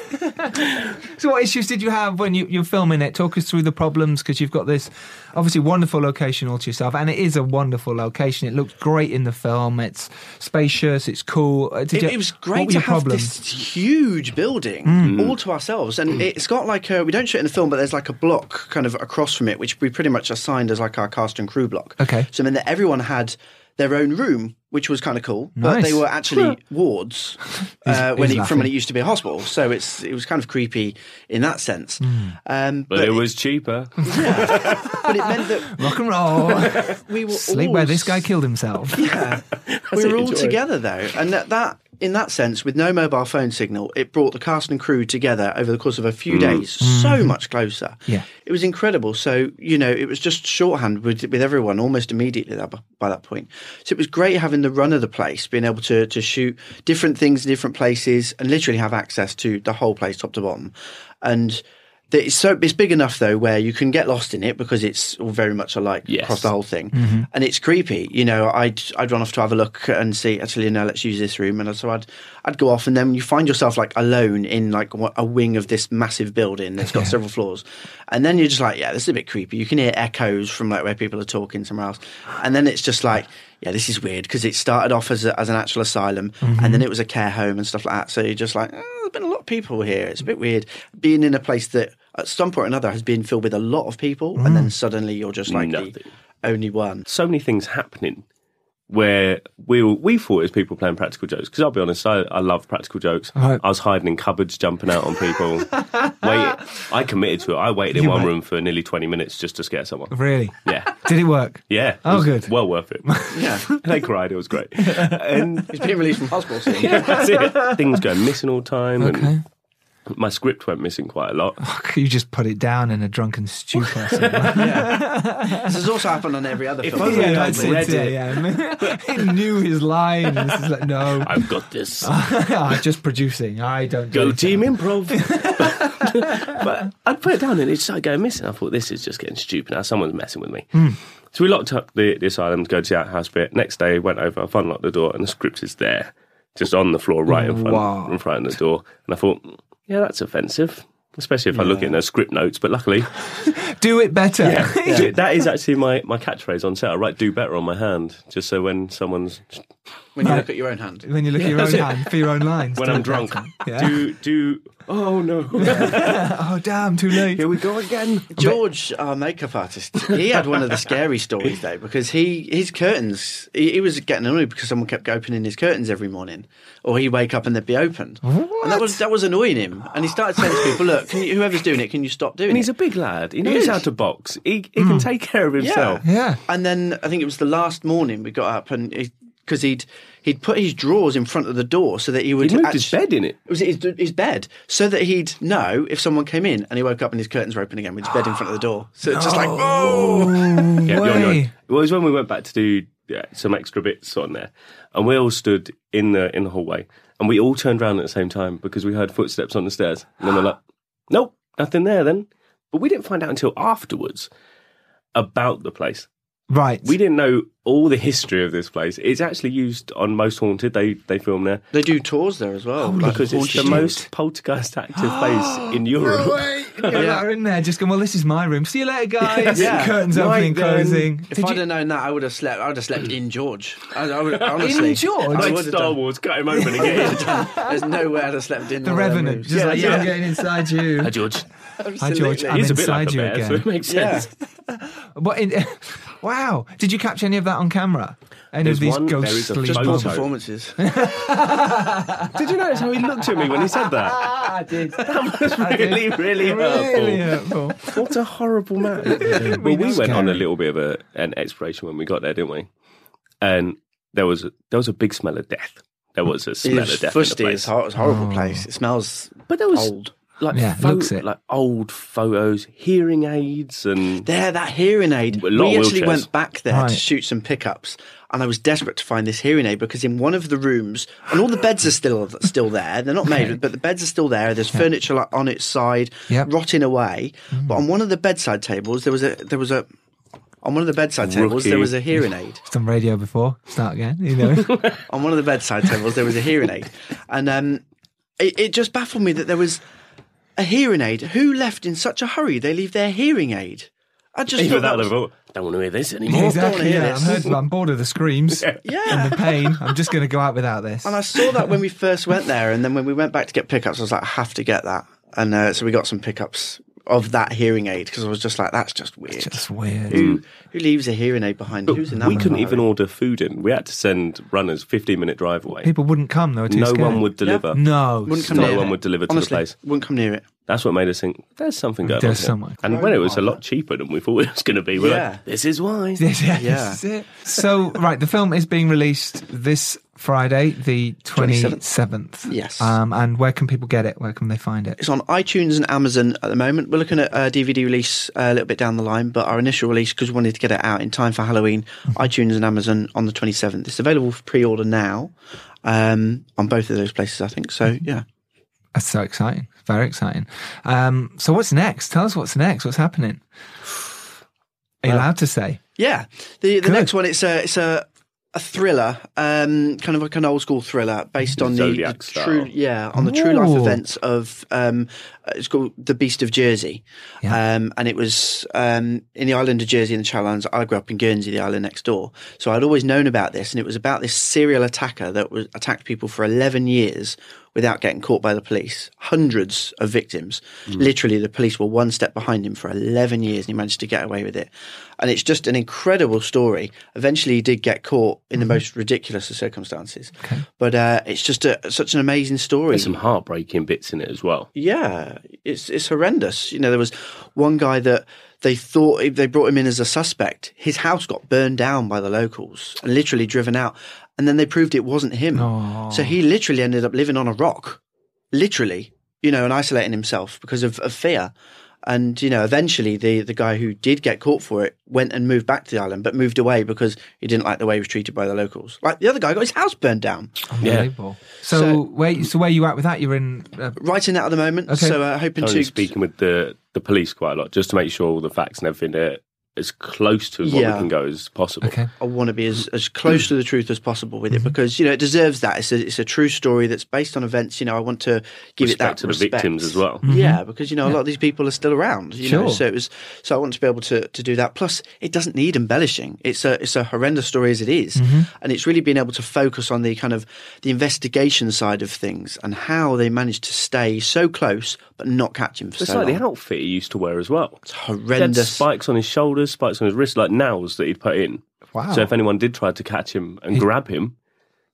Speaker 3: so what issues did you have when you, you're filming it? Talk us through the problems because you've got this obviously wonderful location all to yourself, and it is a wonderful location. It looks great in the film. It's spacious. It's cool. Uh, did
Speaker 5: It,
Speaker 3: you-
Speaker 5: it was
Speaker 3: what
Speaker 5: great
Speaker 3: were
Speaker 5: to
Speaker 3: your
Speaker 5: have
Speaker 3: problems? Mm.
Speaker 5: this huge building all to ourselves, and it's got like a. We don't shoot it in the film, but there's like a block kind of across from it, which we pretty much assigned as like our cast and crew block.
Speaker 3: Okay.
Speaker 5: So I mean that everyone had their own room, which was kind of cool, but
Speaker 3: Nice.
Speaker 5: they were actually wards uh,
Speaker 3: He's-
Speaker 5: when
Speaker 3: he's
Speaker 5: it, from when
Speaker 3: laughing.
Speaker 5: it used to be a hospital. So it's it was kind of creepy in that sense.
Speaker 3: Mm.
Speaker 5: Um,
Speaker 4: But it was cheaper.
Speaker 5: but it meant that
Speaker 3: Rock and roll.
Speaker 5: we were
Speaker 3: Sleep
Speaker 5: all
Speaker 3: where this guy killed himself.
Speaker 5: we were all
Speaker 4: enjoy.
Speaker 5: together though, and that, that in that sense, with no mobile phone signal, it brought the cast and crew together over the course of a few days, so much closer.
Speaker 3: Yeah.
Speaker 5: it was incredible. So you know, it was just shorthand with, with everyone almost immediately that, by that point. So it was great having the run of the place, being able to to shoot different things in different places, and literally have access to the whole place top to bottom, and. that It's so it's big enough though where you can get lost in it because it's all very much alike
Speaker 4: Yes.
Speaker 5: across the whole thing, and it's creepy. You know, I'd I'd run off to have a look and see. Actually, no, let's use this room, and so I'd I'd go off, and then you find yourself like alone in like wha- a wing of this massive building that's got several floors, and then you're just like, yeah, this is a bit creepy. You can hear echoes from like where people are talking somewhere else, and then it's just like. Yeah, this is weird because it started off as, a, as an actual asylum and then it was a care home and stuff like that. So you're just like, oh, there's been a lot of people here. It's a bit weird being in a place that at some point or another has been filled with a lot of people and then suddenly you're just like, the-
Speaker 4: Nothing.
Speaker 5: only one.
Speaker 4: So many things happening where we were, we thought it was people playing practical jokes. Because I'll be honest, I, I love practical jokes.
Speaker 3: Right.
Speaker 4: I was hiding in cupboards, jumping out on people. Wait, I committed to it. I waited in
Speaker 3: You
Speaker 4: one
Speaker 3: were.
Speaker 4: room for nearly twenty minutes just to scare someone.
Speaker 3: Really?
Speaker 4: Yeah.
Speaker 3: Did it work?
Speaker 4: Yeah. It
Speaker 3: Oh,
Speaker 4: was
Speaker 3: good.
Speaker 4: Well worth it.
Speaker 5: Yeah.
Speaker 4: they cried. It was great. And
Speaker 5: He's been released from hospital soon.
Speaker 4: that's it. Things go missing all the time.
Speaker 3: Okay.
Speaker 4: And my script went missing quite a lot.
Speaker 3: You just put it down in a drunken stupor. somewhere.
Speaker 5: This has also happened on every other
Speaker 4: If
Speaker 5: film.
Speaker 4: only
Speaker 3: yeah,
Speaker 4: I'd
Speaker 3: that's it.
Speaker 4: read it.
Speaker 3: Yeah, yeah. he knew his lines. He's like, no,
Speaker 4: I've got this.
Speaker 3: I'm just producing. I don't do
Speaker 4: Go
Speaker 3: anything.
Speaker 4: team improv. but I'd put it down and it started going missing. I thought this is just getting stupid now. Someone's messing with me. So we locked up the, the asylum to go to the outhouse bit. Next day, went over, I've unlocked the door, and the script is there, just on the floor, right in front,
Speaker 3: Wow.
Speaker 4: in front of the door. And I thought, yeah, that's offensive. Especially if I look at those script notes, but luckily,
Speaker 3: Do it better.
Speaker 4: that is actually my, my catchphrase on set. I write "do better" on my hand, just so when someone's
Speaker 5: When you look at your own hand.
Speaker 3: When you look at your own
Speaker 4: that's it.
Speaker 3: hand for your own lines.
Speaker 4: when
Speaker 3: do
Speaker 4: I'm
Speaker 3: it
Speaker 4: drunk,
Speaker 3: better. Yeah.
Speaker 4: do do. Oh no!
Speaker 3: oh, damn, too late.
Speaker 4: Here we go again.
Speaker 5: George, our makeup artist, he had one of the scary stories though because he his curtains he, he was getting annoyed because someone kept opening his curtains every morning, or he'd wake up and they'd be opened, and that was that was annoying him. And he started saying to people, "Look, can you, whoever's doing it, can you stop doing
Speaker 4: And
Speaker 5: it?"
Speaker 4: he's a big lad. He knows
Speaker 5: is.
Speaker 4: how to box. He he can take care of himself.
Speaker 3: Yeah.
Speaker 5: And then I think it was the last morning we got up and because he'd he'd put his drawers in front of the door so that he would
Speaker 4: He moved his
Speaker 5: actu-
Speaker 4: bed in it.
Speaker 5: It was his, his bed so that he'd know if someone came in and he woke up and his curtains were open again with his bed in front of the door. So it's just like, oh,
Speaker 4: Yeah, go on, go on.
Speaker 3: way.
Speaker 4: Well, it was when we went back to do yeah, some extra bits on there. And we all stood in the in the hallway, and we all turned around at the same time because we heard footsteps on the stairs. And then we're like, "Nope, nothing there." Then, but we didn't find out until afterwards about the place.
Speaker 3: Right.
Speaker 4: We didn't know all the history of this place. It's actually used on Most Haunted. They they film there
Speaker 5: They do tours there as well.
Speaker 4: because it's Oh, the
Speaker 5: Haunted.
Speaker 4: most poltergeist active place in Europe.
Speaker 3: People that are in there just going, well, this is my room. See you later, guys.
Speaker 5: Yeah.
Speaker 3: Curtains
Speaker 5: Right
Speaker 3: opening,
Speaker 5: then.
Speaker 3: closing.
Speaker 5: If I'd have known that, I would have slept. I would have slept in George. I, I would, honestly,
Speaker 3: In George?
Speaker 5: I
Speaker 4: Like
Speaker 5: would have
Speaker 4: Star
Speaker 5: done.
Speaker 4: Wars, cut him open again.
Speaker 5: There's no way I'd have slept in
Speaker 3: The
Speaker 5: one of their
Speaker 3: Revenant.
Speaker 5: moves.
Speaker 3: Just like,
Speaker 5: yeah,
Speaker 3: yeah, I'm
Speaker 5: yeah.
Speaker 3: getting inside you.
Speaker 4: George.
Speaker 3: Hi, George.
Speaker 5: Absolutely.
Speaker 3: I'm
Speaker 4: He's a bit
Speaker 3: inside
Speaker 4: like a
Speaker 3: you
Speaker 4: bear, so it
Speaker 3: again.
Speaker 4: makes
Speaker 5: Yeah.
Speaker 4: sense.
Speaker 3: What in, wow. Did you capture any of that on camera? Any
Speaker 4: There's
Speaker 3: of these
Speaker 4: one- there is a
Speaker 3: ghostly
Speaker 5: Just poor
Speaker 4: Photo.
Speaker 5: performances.
Speaker 4: Did you notice how he looked at me when he said that?
Speaker 3: Ah, I did.
Speaker 4: That's really, really hurtful.
Speaker 3: really hurtful.
Speaker 4: What a horrible man. well, we went on a
Speaker 3: scary.
Speaker 4: little bit of a, an exploration when we got there, didn't we? And there was a, there was a big smell of death. There was a smell
Speaker 5: It's
Speaker 4: of death in the
Speaker 5: fusty.
Speaker 4: place.
Speaker 5: It's, hor- it's a
Speaker 3: Oh.
Speaker 5: horrible place. It smells
Speaker 4: But there was
Speaker 5: old.
Speaker 4: like
Speaker 3: Yeah,
Speaker 4: pho-
Speaker 3: looks it.
Speaker 4: like old photos, hearing aids, and
Speaker 5: There, that hearing aid.
Speaker 4: A lot
Speaker 5: We
Speaker 4: of
Speaker 5: actually
Speaker 4: wheelchairs.
Speaker 5: went back there
Speaker 3: Right.
Speaker 5: to shoot some pickups, and I was desperate to find this hearing aid because in one of the rooms, and all the beds are still still there. They're not made, but the beds are still there. There's furniture like, on its side,
Speaker 3: Yep. Mm-hmm.
Speaker 5: rotting away. But on one of the bedside tables, there was a there was a on one of the bedside tables
Speaker 4: Rookie.
Speaker 5: there was a hearing aid.
Speaker 3: Some radio before. Start again. You know.
Speaker 5: on one of the bedside tables there was a hearing aid and um, it, it just baffled me that there was a hearing aid who left in such a hurry they leave their hearing aid i just
Speaker 4: even
Speaker 5: thought that
Speaker 4: that
Speaker 5: was,
Speaker 4: level. Don't want to hear this anymore.
Speaker 3: Yeah,
Speaker 5: don't wanna
Speaker 3: exactly.
Speaker 5: hear
Speaker 3: Yeah, I'm,
Speaker 5: this.
Speaker 3: heard, I'm bored of the screams
Speaker 5: yeah
Speaker 3: and the pain. I'm just going to go out without this.
Speaker 5: and i saw that when we first went there and then when we went back to get pickups i was like i have to get that and uh, so we got some pickups of that hearing aid because i was just like that's just weird
Speaker 3: That's weird.
Speaker 5: who, who leaves a hearing aid behind
Speaker 4: But
Speaker 5: Who's in that
Speaker 4: we couldn't
Speaker 5: kind of
Speaker 4: even
Speaker 5: hurry?
Speaker 4: order food in. We had to send runners 15 minute drive away.
Speaker 3: People wouldn't come. They were too
Speaker 4: no
Speaker 3: scared.
Speaker 4: one would deliver.
Speaker 3: No.
Speaker 5: wouldn't come
Speaker 4: No
Speaker 5: near
Speaker 4: one
Speaker 5: it.
Speaker 4: would deliver to the
Speaker 5: Honestly,
Speaker 4: place.
Speaker 5: wouldn't come near it
Speaker 4: That's what made us think there's something going
Speaker 3: There's
Speaker 4: on. here.
Speaker 3: something.
Speaker 4: And when it was a lot cheaper than we thought it was going to be, we're
Speaker 5: Yeah.
Speaker 4: like, this is why.
Speaker 3: yeah.
Speaker 5: Yeah.
Speaker 3: This is it. So, right, the film is being released this Friday, the
Speaker 5: 27th.
Speaker 3: 27th.
Speaker 5: Yes.
Speaker 3: Um, and where can people get it? Where can they find it?
Speaker 5: It's on iTunes and Amazon at the moment. We're looking at a DVD release uh, a little bit down the line, but our initial release, because we wanted to get it out in time for Halloween,
Speaker 4: Mm-hmm.
Speaker 5: iTunes and Amazon on the 27th. It's available for pre order now um, on both of those places, I think. So,
Speaker 4: Mm-hmm.
Speaker 5: yeah.
Speaker 3: That's so exciting. Very exciting. Um, so, what's next? Tell us what's next. What's happening? Are you allowed to say?
Speaker 5: Yeah. The, the
Speaker 3: Good.
Speaker 5: next one, it's a, it's a, a thriller, um, kind of like an old school thriller based on the, the
Speaker 4: Zodiac style.
Speaker 5: true, yeah, on the true life
Speaker 3: Ooh.
Speaker 5: events of um, uh, it's called The Beast of Jersey, um, and it was um, in the island of Jersey in the Channel Islands. I grew up in Guernsey, the island next door, so I'd always known about this, and it was about this serial attacker that was attacked people for eleven years without getting caught by the police. Hundreds of victims. Literally, the police were one step behind him for eleven years, and he managed to get away with it. And it's just an incredible story. Eventually, he did get caught in the most ridiculous of circumstances, but uh, it's just a, such an amazing story.
Speaker 4: There's some heartbreaking bits in it as well.
Speaker 5: Yeah, it's it's horrendous. You know, there was one guy that they thought they brought him in as a suspect. His house got burned down by the locals and literally driven out. And then they proved it wasn't him. So he literally ended up living on a rock, literally, you know, and isolating himself because of, of fear. And you know, eventually the the guy who did get caught for it went and moved back to the island, but moved away because he didn't like the way he was treated by the locals. Like the other guy got his house burned down.
Speaker 3: Unbelievable. So,
Speaker 5: So-
Speaker 3: where so where you at with that? You're in. Uh,
Speaker 5: Writing that at the moment,
Speaker 3: Okay.
Speaker 5: so uh, hoping
Speaker 4: Tony's
Speaker 5: to
Speaker 4: speaking with the, the police quite a lot just to make sure all the facts and everything are as close to what
Speaker 5: Yeah.
Speaker 4: we can go as possible.
Speaker 3: okay.
Speaker 5: I want to be as, as close to the truth as possible with
Speaker 4: Mm-hmm.
Speaker 5: it because you know it deserves that. It's a it's a true story that's based on events. You know, I want to give it that
Speaker 4: Respect to the
Speaker 5: respect.
Speaker 4: victims as well. Mm-hmm.
Speaker 5: Yeah, because you know a lot of these people are still around. You know,
Speaker 3: Sure.
Speaker 5: so it was so I want to be able to to do that. Plus, it doesn't need embellishing. It's a it's a horrendous story as it is.
Speaker 4: Mm-hmm.
Speaker 5: and it's really been able to focus on the kind of the investigation side of things and how they managed to stay so close but not catch him for
Speaker 4: It's
Speaker 5: so
Speaker 4: like
Speaker 5: long.
Speaker 4: the outfit he used to wear as well.
Speaker 5: It's
Speaker 4: He had
Speaker 5: horrendous.
Speaker 4: spikes on his shoulders, spikes on his wrists, like nails that he'd put in.
Speaker 3: Wow.
Speaker 4: So if anyone did try to catch him and grab him,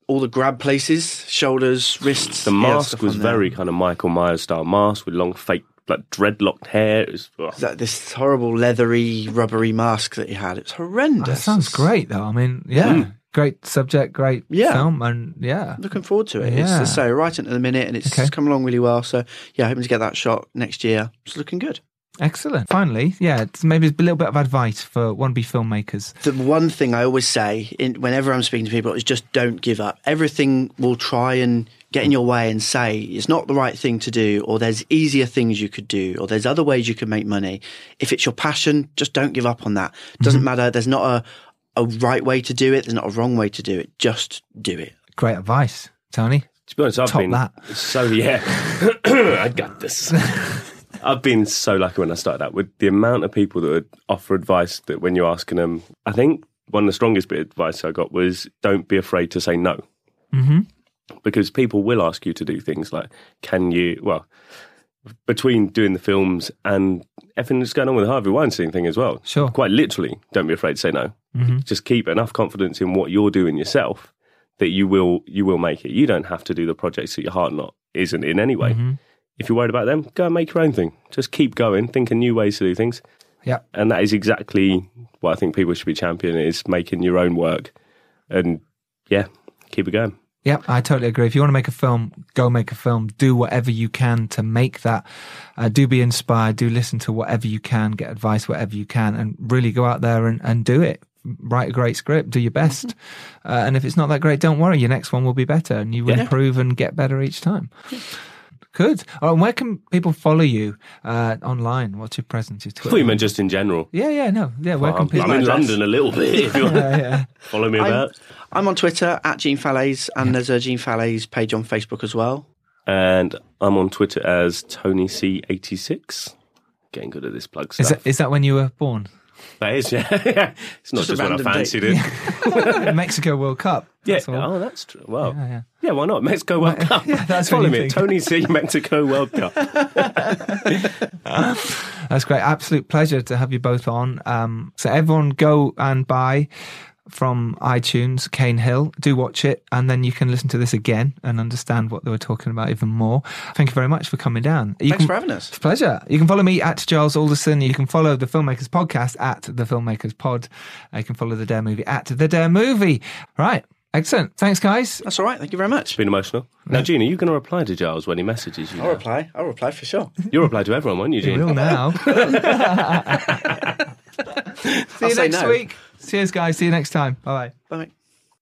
Speaker 5: All the grab places, shoulders, wrists.
Speaker 4: the
Speaker 5: yeah,
Speaker 4: mask
Speaker 5: stuff
Speaker 4: was
Speaker 5: on there.
Speaker 4: very kind of Michael Myers style mask with long fake like dreadlocked hair. It was, oh,
Speaker 5: that this horrible leathery rubbery mask that he had. It's horrendous.
Speaker 3: That sounds great, though. I mean, yeah. Great subject, great
Speaker 5: Yeah.
Speaker 3: film, and yeah.
Speaker 5: Looking forward to it.
Speaker 3: Yeah.
Speaker 5: It's so right into the minute, and it's
Speaker 3: Okay.
Speaker 5: come along really well. So yeah, hoping to get that shot next year. It's looking good.
Speaker 3: Excellent. Finally, yeah, it's maybe it's a little bit of advice for wannabe filmmakers.
Speaker 5: The one thing I always say in, whenever I'm speaking to people is just don't give up. Everything will try and get in your way and say it's not the right thing to do, or there's easier things you could do, or there's other ways you could make money. If it's your passion, just don't give up on that. It
Speaker 3: Mm-hmm.
Speaker 5: doesn't matter. There's not a, a right way to do it, there's not a wrong way to do it. Just do it.
Speaker 3: Great advice, Tony.
Speaker 4: To be honest, I've
Speaker 3: Top
Speaker 4: been
Speaker 3: that.
Speaker 4: so yeah. I got this. I've been so lucky when I started out with the amount of people that would offer advice that when you're asking them, I think one of the strongest bit of advice I got was don't be afraid to say no.
Speaker 3: Mm-hmm.
Speaker 4: because people will ask you to do things like, can you, well, between doing the films and everything that's going on with the Harvey Weinstein thing as well.
Speaker 3: Sure. Mm-hmm.
Speaker 4: Quite literally, don't be afraid to say no. Just keep enough confidence in what you're doing yourself that you will you will make it. You don't have to do the projects that your heart not isn't in anyway.
Speaker 3: Mm-hmm.
Speaker 4: If you're worried about them, go and make your own thing. Just keep going, think of new ways to do things.
Speaker 3: Yeah.
Speaker 4: And that is exactly what I think people should be championing is making your own work. And yeah, keep it going.
Speaker 3: Yeah, I totally agree. If you want to make a film, go make a film. Do whatever you can to make that. Uh, do be inspired. Do listen to whatever you can. Get advice whatever you can, and really go out there and, and do it. Write a great script. Do your best.
Speaker 4: Mm-hmm.
Speaker 3: Uh, and if it's not that great, don't worry. Your next one will be better, and you will improve and get better each time. Good. All right, and where can people follow you uh, online? What's your presence? Your
Speaker 4: I thought you
Speaker 3: Twitter?
Speaker 4: meant just in general. Um,
Speaker 3: yeah, yeah, no, yeah. Where
Speaker 4: I'm,
Speaker 3: can people?
Speaker 4: I'm in London a little bit. If you want to
Speaker 3: yeah.
Speaker 4: follow me
Speaker 5: I'm,
Speaker 4: about,
Speaker 5: I'm on Twitter at Gene Fallais, and there's a Gene Fallais page on Facebook as well.
Speaker 4: and I'm on Twitter as Tony C86. Getting good at this plug stuff.
Speaker 3: Is that, is that when you were born?
Speaker 4: that is, yeah. yeah. It's not
Speaker 5: Just
Speaker 4: just,
Speaker 5: a
Speaker 4: when I
Speaker 5: random
Speaker 4: fancied
Speaker 5: date.
Speaker 4: it.
Speaker 3: Mexico World Cup.
Speaker 4: Yeah.
Speaker 3: That's all.
Speaker 4: Oh, that's true. Wow. Yeah,
Speaker 3: yeah.
Speaker 4: why not? Mexico World Cup.
Speaker 3: that's
Speaker 4: Follow
Speaker 3: what you
Speaker 4: me,
Speaker 3: think.
Speaker 4: Tony C. Mexico World Cup.
Speaker 3: That's great. Absolute pleasure to have you both on. Um, so everyone go and buy from iTunes, Cane Hill. Do watch it, and then you can listen to this again and understand what they were talking about even more. Thank you very much for coming down. You
Speaker 5: Thanks
Speaker 3: can-
Speaker 5: for having us.
Speaker 3: It's a pleasure. You can follow me at Giles Alderson. You can follow the Filmmakers Podcast at the Filmmakers Pod. Uh, You can follow the Dare Movie at the Dare Movie. Right. Excellent. Thanks, guys.
Speaker 5: That's all right. Thank you very much.
Speaker 4: Been emotional. Now, Gene, are you going to reply to Giles when he messages you?
Speaker 5: I'll reply. I'll reply for sure.
Speaker 4: You'll reply to everyone, won't you, Gene?
Speaker 3: Will now. See you
Speaker 5: say
Speaker 3: next
Speaker 5: no.
Speaker 3: week. Cheers, guys. See you next time. Bye bye.
Speaker 5: Bye.